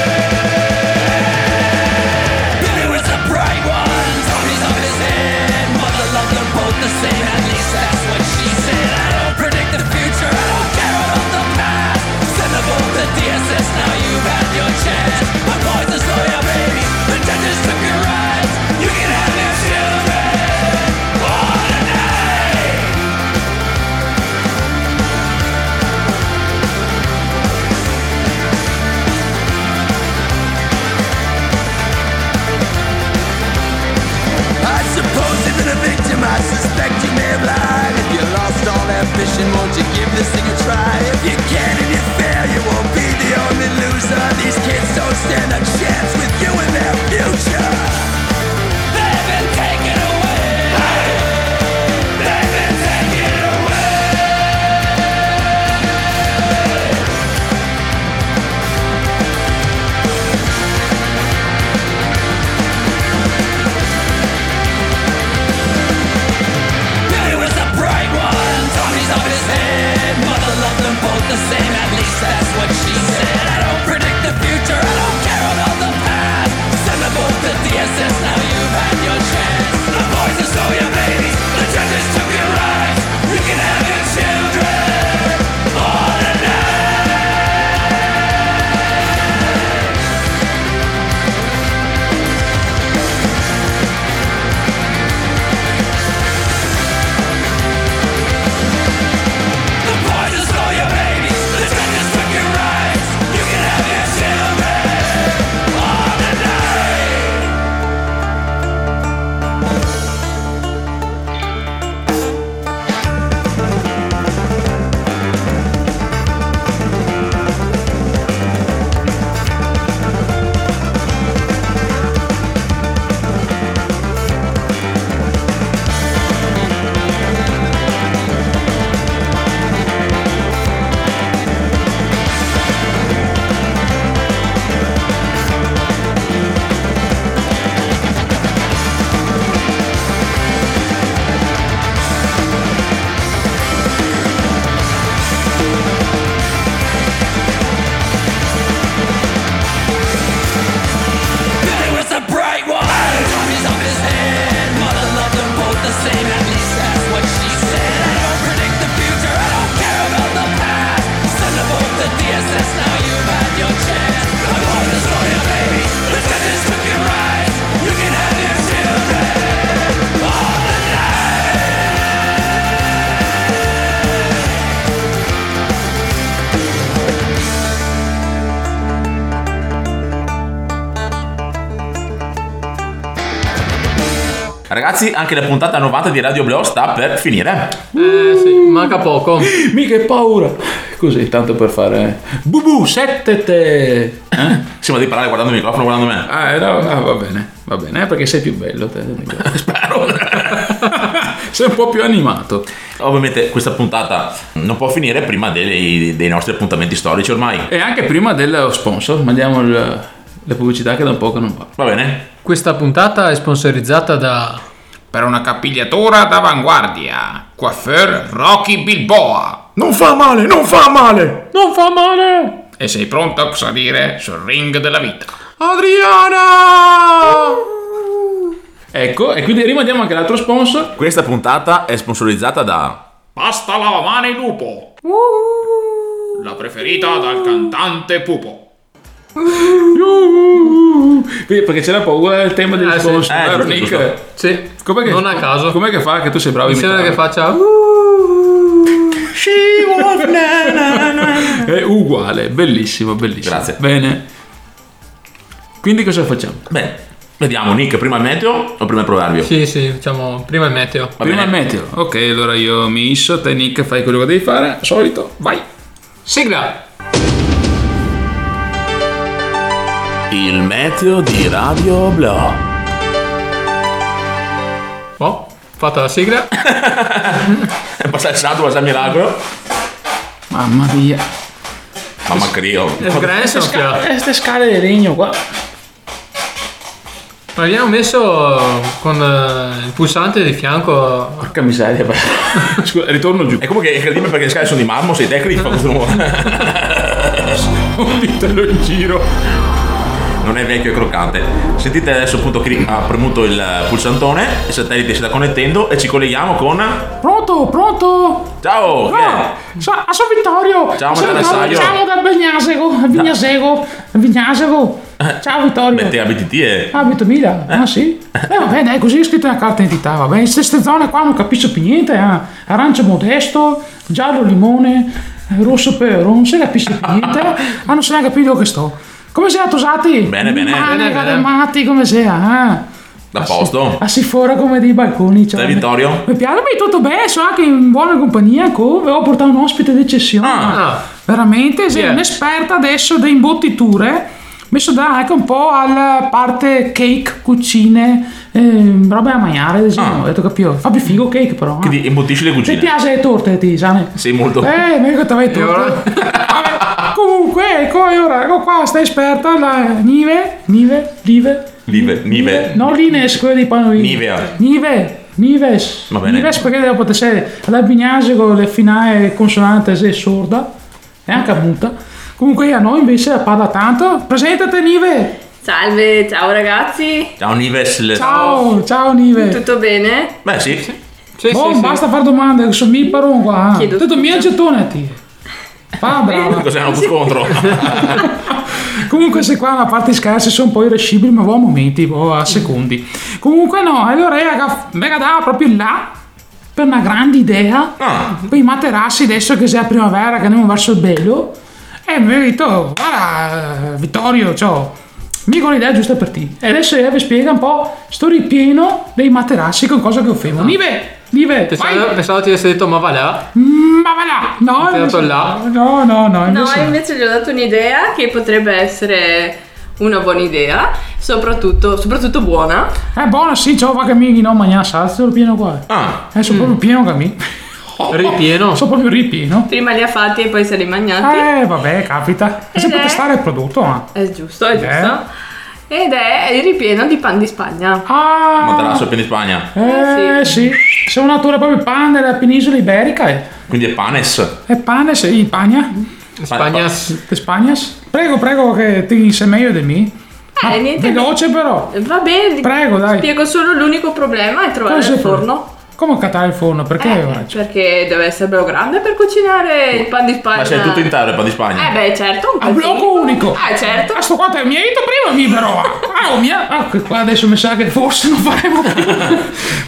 Speaker 14: Billy was a bright one, Tony's on his head. Mother loved them both the same, at least that's what she said. I don't predict the future, I don't care about the past. Send the vote to DSS, now you've had your chance. My poison's lawyer, baby, the judges took your rights. You can have your children. Born tonight. I suppose you've been a victim, I suspect you may have lied. If you lost all ambition, won't you give this thing a try? If you can and you fail, you won't be the only loser. These kids don't stand a chance with you and their future. They've been taken away. They've been taken away. Billy was a bright one, Tony's off his head. Mother loved them both the same, at least that's what she said. I don't predict the future, I don't care about the past. Send them both to DSS, now you've had your chance. The boys are so your babies, the judges took your rights. You can have your children. All The poison stole your babies, the judges took your rights. You can have your children. All tonight. Billy was a bright one. Tommy's off his head. Mother loved them both the same. At least that's what she said. I don't predict the future. I don't care about the past. Send them both to DSS. Now you've had your chance. I want to slow your baby. The judges took your rights. You can have your children. All tonight.
Speaker 1: Ragazzi, anche la puntata 90 di Radio Bleo sta per finire.
Speaker 3: Eh sì, manca poco.
Speaker 2: Mica che paura. Così, tanto per fare... eh. Bubu, sette te.
Speaker 1: Sì, ma devi parlare guardando il microfono, guardando me.
Speaker 2: Ah, eh, no, ah, va bene, va bene, eh, perché sei più bello te.
Speaker 1: Spero.
Speaker 2: sei un po' più animato.
Speaker 1: Ovviamente questa puntata non può finire prima dei, dei nostri appuntamenti storici ormai.
Speaker 2: E anche prima dello sponsor, mandiamo il- la pubblicità che da un po' che non va.
Speaker 1: Va bene?
Speaker 3: Questa puntata è sponsorizzata da...
Speaker 2: Per una capigliatura d'avanguardia, coiffeur Rocky Bilboa. Non fa male, non fa male!
Speaker 3: Non fa male!
Speaker 2: E sei pronto a salire sul ring della vita.
Speaker 1: Adriana!
Speaker 2: Ecco, e quindi rimandiamo anche l'altro sponsor.
Speaker 1: Questa puntata è sponsorizzata da...
Speaker 2: Pasta lavamani lupo. La preferita dal cantante Pupo. Vedi, Perché c'era paura del tema del sponsor.
Speaker 3: Eh,
Speaker 2: vero,
Speaker 3: giusto,
Speaker 2: Nick?
Speaker 3: giusto. Sì.
Speaker 2: Com'è che-
Speaker 3: non a caso.
Speaker 2: Com'è che fa che tu sei bravo
Speaker 3: Mi
Speaker 2: in
Speaker 3: sembra che faccia... uh,
Speaker 2: È uguale, bellissimo, bellissimo.
Speaker 1: Grazie.
Speaker 2: Bene. Quindi cosa facciamo?
Speaker 1: Beh, vediamo Nick, prima il meteo o prima il proverbio?
Speaker 3: Sì, sì, diciamo, prima il meteo.
Speaker 2: Prima il meteo. Ok, allora io mi isso, te Nick fai quello che devi fare, al solito, vai.
Speaker 3: Sigla!
Speaker 1: Il meteo di Radio Bleo.
Speaker 3: Oh, fatta la sigla.
Speaker 1: È passato il santo, passa il miracolo.
Speaker 2: Mamma mia.
Speaker 1: Mamma crio.
Speaker 2: Queste, sca- queste
Speaker 3: Eh, scale di legno qua. Ma abbiamo messo con eh, il pulsante di fianco.
Speaker 1: Porca miseria. Scusa, ritorno giù. È comunque incredibile perché le scale sono di marmo, sei tecnico, fa questo rumore.
Speaker 2: Un vitello in giro.
Speaker 1: Non è vecchio e croccante. Sentite adesso appunto che ha premuto il pulsantone, il satellite si sta connettendo e ci colleghiamo con...
Speaker 15: Pronto, pronto?
Speaker 1: Ciao! chi è?
Speaker 15: Ah, sa- ah, sono Vittorio!
Speaker 1: Ciao,
Speaker 15: Sono
Speaker 1: Matteo
Speaker 15: Vittorio,
Speaker 1: Alessaio.
Speaker 15: Ciao da Vignasego! Vignasego! Vignasego!
Speaker 2: Eh,
Speaker 15: Ciao Vittorio!
Speaker 1: Beh, te abiti te, eh.
Speaker 15: Abito a Mila, ah sì? Eh vabbè dai, così è scritta la carta d'identità, vabbè, in queste zone qua non capisco più niente, eh. arancio modesto, giallo limone, eh, rosso però, non si capisce più niente, ah non si neanche capito dove che sto. Come siete tosati?
Speaker 1: Bene, bene. Bene,
Speaker 15: Manica
Speaker 1: bene.
Speaker 15: dei Ah, matti, come sia? Eh?
Speaker 1: Da posto?
Speaker 15: A si fora come dei balconi, cioè.
Speaker 1: Sei Vittorio?
Speaker 15: Mi piace, ma è tutto bene, so anche in buona compagnia, co, avevo portato un ospite d'eccezione.
Speaker 1: Ah.
Speaker 3: Ah,
Speaker 15: Veramente, sei
Speaker 2: Yeah.
Speaker 15: un'esperta adesso di imbottiture. Messo da anche un po' alla parte cake, cucine, ehm, robe da mangiare, ad esempio. Ho detto capito, fa più figo cake però. eh.
Speaker 1: Quindi imbottisci le
Speaker 15: Ti
Speaker 1: cucine.
Speaker 15: piace le torte, ti sa?
Speaker 1: Sei molto...
Speaker 15: Eh, mi ricordo mai torte. Vabbè, Comunque, ecco, e ora, ecco qua, sta esperta, la Nive, Nive, Live,
Speaker 1: Live, nive.
Speaker 15: no Lines, quella dei panolini.
Speaker 1: Nivea.
Speaker 15: Nive, Nives.
Speaker 1: ah. Va bene.
Speaker 15: Nives perché devo poter essere l'albignase con le finale consonante se è sorda e anche muta. Comunque a noi invece parla tanto. Presentate Nive.
Speaker 16: Salve, ciao ragazzi.
Speaker 1: Ciao Nives. le-
Speaker 15: Ciao, ciao
Speaker 2: Eh.
Speaker 15: Nive.
Speaker 16: Tutto bene?
Speaker 1: Beh sì.
Speaker 15: oh, basta fare domande, che sono mi parò qua.
Speaker 16: Chiedo
Speaker 15: Tutto mio gettone ti. Fa brava.
Speaker 1: Cos'è uno scontro?
Speaker 15: Comunque se qua la parte scarsa sono un po' irascibili, ma ho a momenti, o a secondi. Comunque no, allora raga, mega da proprio là per una grande idea. Poi i materassi adesso che c'è la primavera, che andiamo verso il bello. E mi ha detto, guarda eh, Vittorio, ciao. Mica l'idea giusta per te. E adesso io vi spiega un po' sto ripieno dei materassi con cosa che ho fatto. Nive, Nive,
Speaker 3: Pensavo,
Speaker 15: vai.
Speaker 3: pensavo ti avessi detto ma ah, va là.
Speaker 15: Mm, Ma va là.
Speaker 3: Ti
Speaker 15: No,
Speaker 3: ho dato
Speaker 15: invece-
Speaker 3: là.
Speaker 15: No, no, no.
Speaker 16: No,
Speaker 15: invece-
Speaker 16: invece gli ho dato un'idea che potrebbe essere una buona idea, soprattutto, soprattutto buona.
Speaker 15: È buono, Eh, sì, ciao, va che mi no, mangiare salsa, lo pieno qua.
Speaker 1: Ah.
Speaker 15: Eh,
Speaker 16: Mm.
Speaker 15: sono proprio pieno che mi. Ripieno? Sono proprio ripieno.
Speaker 16: Prima li ha fatti e poi se li mangiati.
Speaker 15: Eh, vabbè, capita.
Speaker 16: Ed
Speaker 15: Si può
Speaker 16: è-
Speaker 15: testare il prodotto, ma.
Speaker 16: È giusto, è
Speaker 15: Eh.
Speaker 16: giusto. Ed è il ripieno di pan di Spagna.
Speaker 15: Ah!
Speaker 1: Materasso appena in Spagna.
Speaker 15: Eh, sì. Sei un attore proprio pan della penisola iberica. eh.
Speaker 1: Quindi è panes.
Speaker 15: È pane, sei in Pagna.
Speaker 1: Spagnas.
Speaker 15: De Spagnas. Prego, prego, che ti sei meglio di me. Ma
Speaker 16: Eh, niente.
Speaker 15: Veloce però.
Speaker 16: Va bene.
Speaker 15: Prego, dai.
Speaker 16: Spiego solo Ecco, l'unico problema è trovare
Speaker 15: Cosa
Speaker 16: il
Speaker 15: fa?
Speaker 16: forno.
Speaker 15: Come cattare il forno? Perché?
Speaker 16: Eh,
Speaker 15: ora?
Speaker 16: perché deve essere bello grande per cucinare il pan di Spagna.
Speaker 1: Ma c'è tutto intero il pan di Spagna.
Speaker 16: Eh beh, certo, un
Speaker 15: A blocco unico.
Speaker 16: Ah, certo.
Speaker 15: Ah, sto qua te mi hai detto prima mi però. Ah, oh, mia. Ah, che qua adesso mi sa che forse non faremo più.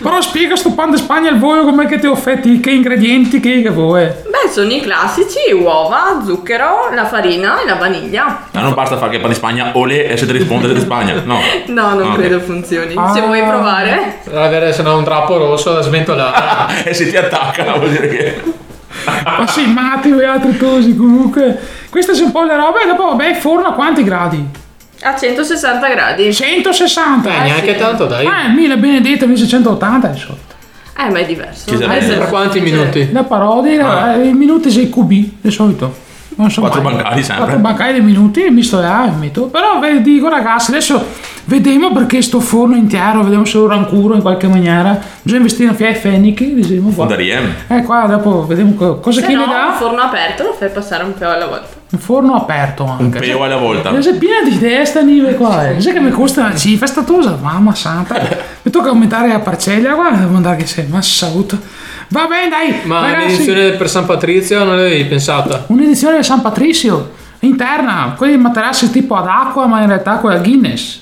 Speaker 15: però spiega sto pan di Spagna al volo com'è che ti ho offerti, che ingredienti, che, che vuoi.
Speaker 16: Beh, sono i classici, uova, zucchero, la farina e la vaniglia.
Speaker 1: Ma non basta fare che il pan di Spagna ole e se ti risponde siete in Spagna. No.
Speaker 16: No, non
Speaker 1: Ah, ok.
Speaker 16: credo funzioni. Se vuoi provare.
Speaker 3: Dovrà avere se no un drappo rosso da sventolare.
Speaker 1: Ah, e se ti attacca vuol dire che...
Speaker 15: Ma sì, matti e altri cosi comunque. Queste sono un po' le robe e dopo vabbè, forno a quanti gradi?
Speaker 16: A 160 gradi.
Speaker 15: 160.
Speaker 16: Eh, neanche tanto, dai.
Speaker 15: Ah, 1000 benedetto, invece 180 adesso.
Speaker 16: Eh, ma è diverso.
Speaker 15: Ci sarebbe-
Speaker 16: Eh, se-
Speaker 15: Per quanti
Speaker 3: minuti?
Speaker 15: La parodia,
Speaker 3: Ah.
Speaker 15: eh, i minuti sei cubi, di solito. Non so
Speaker 1: Quattro
Speaker 15: mai.
Speaker 1: bancari sempre.
Speaker 15: Quattro bancari dei minuti, misto là, e metto. Però ve dico ragazzi, adesso vediamo perché sto forno intero, vediamo se lo rancuro in qualche maniera. Bisogna investire in fiamme fenniche, diciamo qua.
Speaker 1: Fondarie.
Speaker 15: Eh qua dopo vediamo co- cosa
Speaker 16: se
Speaker 15: chi
Speaker 16: Cioè, no,
Speaker 15: le
Speaker 16: un
Speaker 15: dà.
Speaker 16: forno aperto lo fai passare un po' alla volta.
Speaker 15: Un forno aperto anche. Cioè,
Speaker 1: Un peo alla volta.
Speaker 15: Ma Sei piena di idee sta nive qua, eh. Sai che mi costa una cifra statosa? Mamma santa. Mi tocca aumentare la parcella, guarda, devo andare che sei, ma saluto. Va bene, dai.
Speaker 3: Ma
Speaker 15: ragazzi,
Speaker 3: l'edizione per San Patrizio non l'avevi pensata.
Speaker 15: un'edizione del San Patrizio, interna, quelli materassi tipo ad acqua, ma in realtà quella Guinness.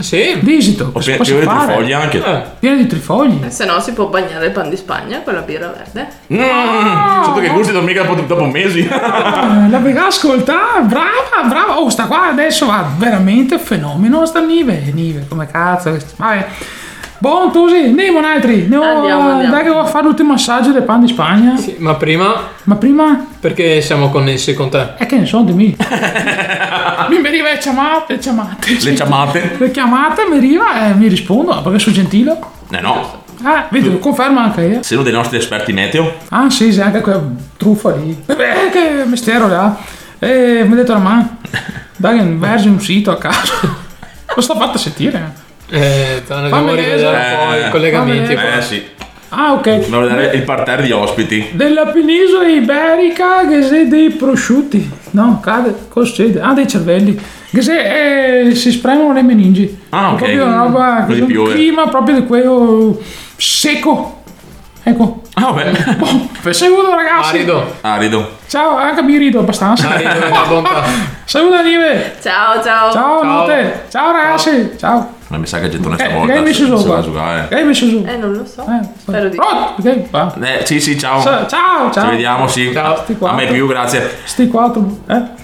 Speaker 3: Sì. Eh.
Speaker 15: Visito.
Speaker 1: O
Speaker 15: cosa
Speaker 1: piove di
Speaker 15: fare?
Speaker 1: trifogli eh. anche.
Speaker 15: Piena di trifogli.
Speaker 16: Se no, si può bagnare il pan di Spagna con la birra verde.
Speaker 1: Mm, sotto che gusti non mica dopo dopo mesi.
Speaker 15: Eh, La vega ascolta, brava, brava. Oh, sta qua adesso va veramente un fenomeno. Sta Nive, Nive, come cazzo. eh. Vabbè. Buon così, andiamo un altri. Andiamo,
Speaker 16: Andiamo, andiamo.
Speaker 15: Dai che vado a fare l'ultimo assaggio del pan di Spagna.
Speaker 3: Ma prima.
Speaker 15: Ma prima.
Speaker 3: Perché siamo connessi con te?
Speaker 15: E che ne so di me. mi veniva le chiamate, le chiamate.
Speaker 1: Le chiamate?
Speaker 15: Le chiamate mi arriva e mi rispondo, ah, perché sono gentile.
Speaker 1: Eh no.
Speaker 15: Ah, vedi, lo conferma anche io.
Speaker 1: Sei uno dei nostri esperti meteo.
Speaker 15: Ah sì, c'è anche quella truffa lì. Vabbè, che mistero là. E mi ha detto la mamma, dai, versi un sito a caso. Lo sto fatta sentire.
Speaker 3: Eh, te ne devo
Speaker 15: Fammi
Speaker 3: rivedere
Speaker 15: vedere.
Speaker 3: poi i collegamenti.
Speaker 1: Eh,
Speaker 3: qua.
Speaker 1: sì.
Speaker 15: Ah, ok.
Speaker 1: Dobbiamo vedere il parterre di ospiti.
Speaker 15: Della penisola iberica che sei dei prosciutti. No, cade, cosa succede? Ah, dei cervelli. Che se eh, si spremono le meningi.
Speaker 1: Ah,
Speaker 15: È
Speaker 1: ok.
Speaker 15: Proprio una roba,
Speaker 1: Così
Speaker 15: un
Speaker 1: piove.
Speaker 15: clima proprio di quello secco. Ecco.
Speaker 1: Ah, vabbè.
Speaker 15: Saluto ragazzi.
Speaker 1: Arido.
Speaker 15: Ciao, anche mi rido abbastanza. Saluto a Nive.
Speaker 16: Ciao, ciao.
Speaker 15: Ciao, notte. Ciao ragazzi. Ciao.
Speaker 1: Ma mi sa che gettone
Speaker 15: Eh,
Speaker 1: stavolta.
Speaker 15: che hai messo
Speaker 1: se-
Speaker 15: su
Speaker 1: se
Speaker 15: qua?
Speaker 1: va a giocare.
Speaker 15: Che hai messo su?
Speaker 16: Eh, non lo so.
Speaker 15: Spero
Speaker 16: di
Speaker 15: Ok, va.
Speaker 1: Eh, sì, sì, ciao.
Speaker 15: Ciao, ciao, ciao.
Speaker 1: Ci vediamo, sì. A me più, grazie.
Speaker 15: Sti quattro. Eh?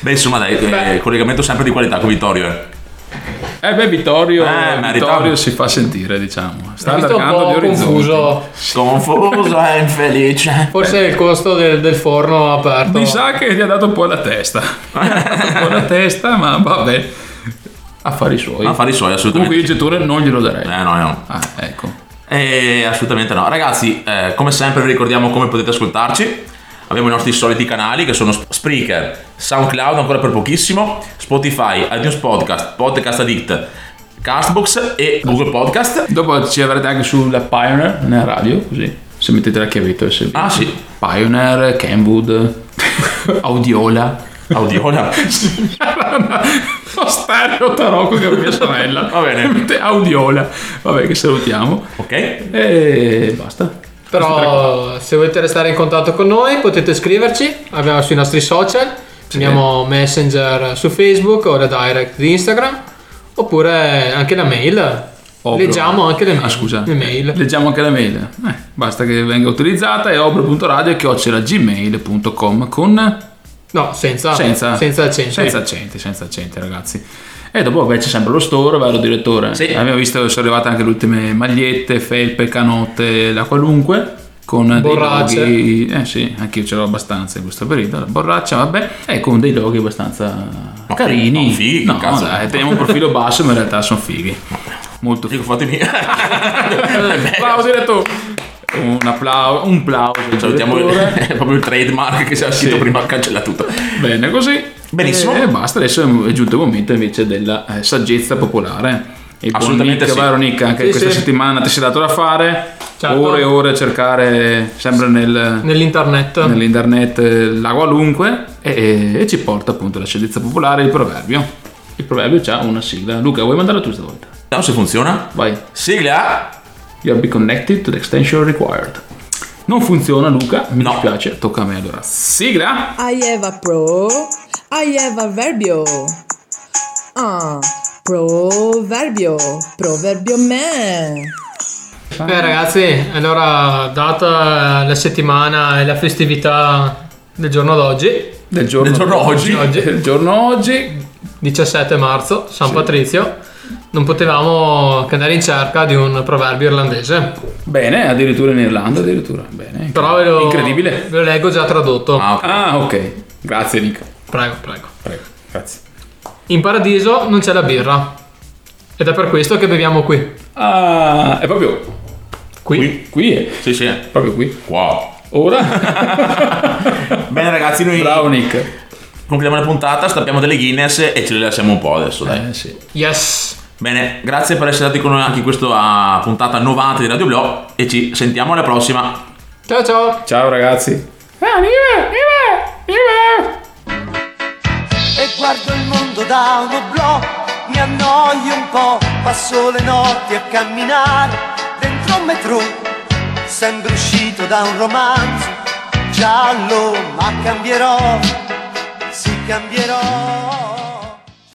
Speaker 1: Beh, insomma, dai, eh, collegamento sempre di qualità con Vittorio. Eh.
Speaker 2: Eh beh, Vittorio,
Speaker 1: merita.
Speaker 2: Vittorio si fa sentire, diciamo. Sta
Speaker 1: L'ho visto un
Speaker 2: allargando
Speaker 1: po'
Speaker 2: gli orizzonti.
Speaker 3: Confuso.
Speaker 1: Confuso e infelice.
Speaker 3: Forse è il costo del, del forno aperto.
Speaker 2: Mi sa che gli ha dato un po' la testa. un po' la testa, ma vabbè. Affari suoi.
Speaker 1: Affari suoi, assolutamente.
Speaker 2: Comunque io il gettone non glielo darei.
Speaker 1: Eh, no, no.
Speaker 2: Ah, ecco.
Speaker 1: Eh, assolutamente no. Ragazzi, eh, come sempre vi ricordiamo come potete ascoltarci. Abbiamo i nostri soliti canali che sono Sp- Spreaker, SoundCloud ancora per pochissimo, Spotify, iTunes Podcast, Podcast Addict, Castbox e Google Podcast.
Speaker 2: Dopo ci avrete anche sulla Pioneer, nella radio, così. Se mettete la chiavetta USB. Ah, sì. Pioneer, Kenwood, Audiola.
Speaker 1: Audiola?
Speaker 2: Lo stereo tarocco che è mia sorella. Va bene. Audiola. Vabbè, che salutiamo.
Speaker 1: Ok.
Speaker 2: E basta.
Speaker 3: Però se volete restare in contatto con noi potete scriverci, abbiamo sui nostri social, abbiamo Messenger su Facebook o la direct di Instagram, oppure anche la mail. Leggiamo anche le mail.
Speaker 2: Ah, scusa.
Speaker 3: Le mail.
Speaker 2: Leggiamo anche la mail. Eh, basta che venga utilizzata è obro.radio.gmail.com con...
Speaker 3: No, senza,
Speaker 2: Ah, senza,
Speaker 3: senza accenti.
Speaker 2: Senza accenti, senza accenti, ragazzi. E dopo vabbè, c'è sempre lo store, vero direttore?
Speaker 1: Sì.
Speaker 2: Abbiamo visto che sono arrivate anche le ultime magliette, felpe, canotte, la qualunque. Con
Speaker 3: Borracce.
Speaker 2: dei loghi, eh sì, anche io ce l'ho abbastanza in questo periodo. La borraccia, vabbè, e con dei loghi abbastanza carini. fighi, no,
Speaker 1: cazzo.
Speaker 2: dai, teniamo un profilo basso, ma in realtà sono fighi. Molto fighi.
Speaker 1: Fatemi
Speaker 2: Bravo, direttore. Un applauso, un applauso. al
Speaker 1: Salutiamo il-
Speaker 2: direttore.
Speaker 1: proprio il trademark che si è uscito
Speaker 2: Sì.
Speaker 1: prima, cancella tutto.
Speaker 2: Bene, così.
Speaker 1: Benissimo.
Speaker 2: E basta, adesso è giunto il momento invece della eh, saggezza popolare. Il buon
Speaker 1: Assolutamente
Speaker 2: Nick,
Speaker 1: sì.
Speaker 2: vero Nick, anche
Speaker 1: Sì,
Speaker 2: questa
Speaker 1: sì.
Speaker 2: settimana ti sei dato da fare.
Speaker 3: Certo.
Speaker 2: Ore e ore a cercare sempre nel-
Speaker 3: Nell'internet.
Speaker 2: nell'internet eh, la qualunque e, e ci porta appunto la saggezza popolare, il proverbio. Il proverbio ha una sigla. Luca, vuoi mandarla tu stavolta?
Speaker 1: Vediamo se funziona.
Speaker 2: Vai.
Speaker 1: Sigla.
Speaker 2: You'll be connected to the extension required. Non funziona Luca, mi dispiace, tocca a me allora. Sigla!
Speaker 17: I have a pro, I have a verbio. Ah, proverbio, proverbio man.
Speaker 3: Beh ragazzi, allora data la settimana e la festività del giorno d'oggi.
Speaker 2: Del giorno, d'oggi. Del giorno oggi.
Speaker 3: 17 marzo, San Patrizio. Non potevamo che andare in cerca di un proverbio irlandese.
Speaker 2: Bene, addirittura in Irlanda, addirittura. Bene.
Speaker 3: Però ve lo,
Speaker 2: Incredibile.
Speaker 3: ve lo leggo già tradotto.
Speaker 1: Ah, ok.
Speaker 2: Grazie Nico.
Speaker 3: Prego, prego.
Speaker 2: Prego, grazie.
Speaker 3: In paradiso non c'è la birra. Ed è per questo che beviamo qui.
Speaker 2: Ah, è proprio
Speaker 3: qui.
Speaker 2: Qui, qui è.
Speaker 1: Sì, sì.
Speaker 2: Proprio qui.
Speaker 1: Wow.
Speaker 2: Ora?
Speaker 1: Bene ragazzi, noi concludiamo la puntata, stappiamo delle Guinness e ce le lasciamo un po' adesso,
Speaker 2: Eh.
Speaker 3: Eh,
Speaker 1: dai.
Speaker 3: Yes.
Speaker 1: Bene, grazie per essere stati con noi anche in questa puntata 90 di Radio Blog e ci sentiamo alla prossima.
Speaker 3: Ciao ciao.
Speaker 2: Ciao ragazzi.
Speaker 17: Ah, vive, vive, vive!
Speaker 6: e guardo il mondo da uno blog, mi annoio un po', passo le notti a camminare dentro un metro, sembro uscito da un romanzo giallo, ma cambierò, sì cambierò.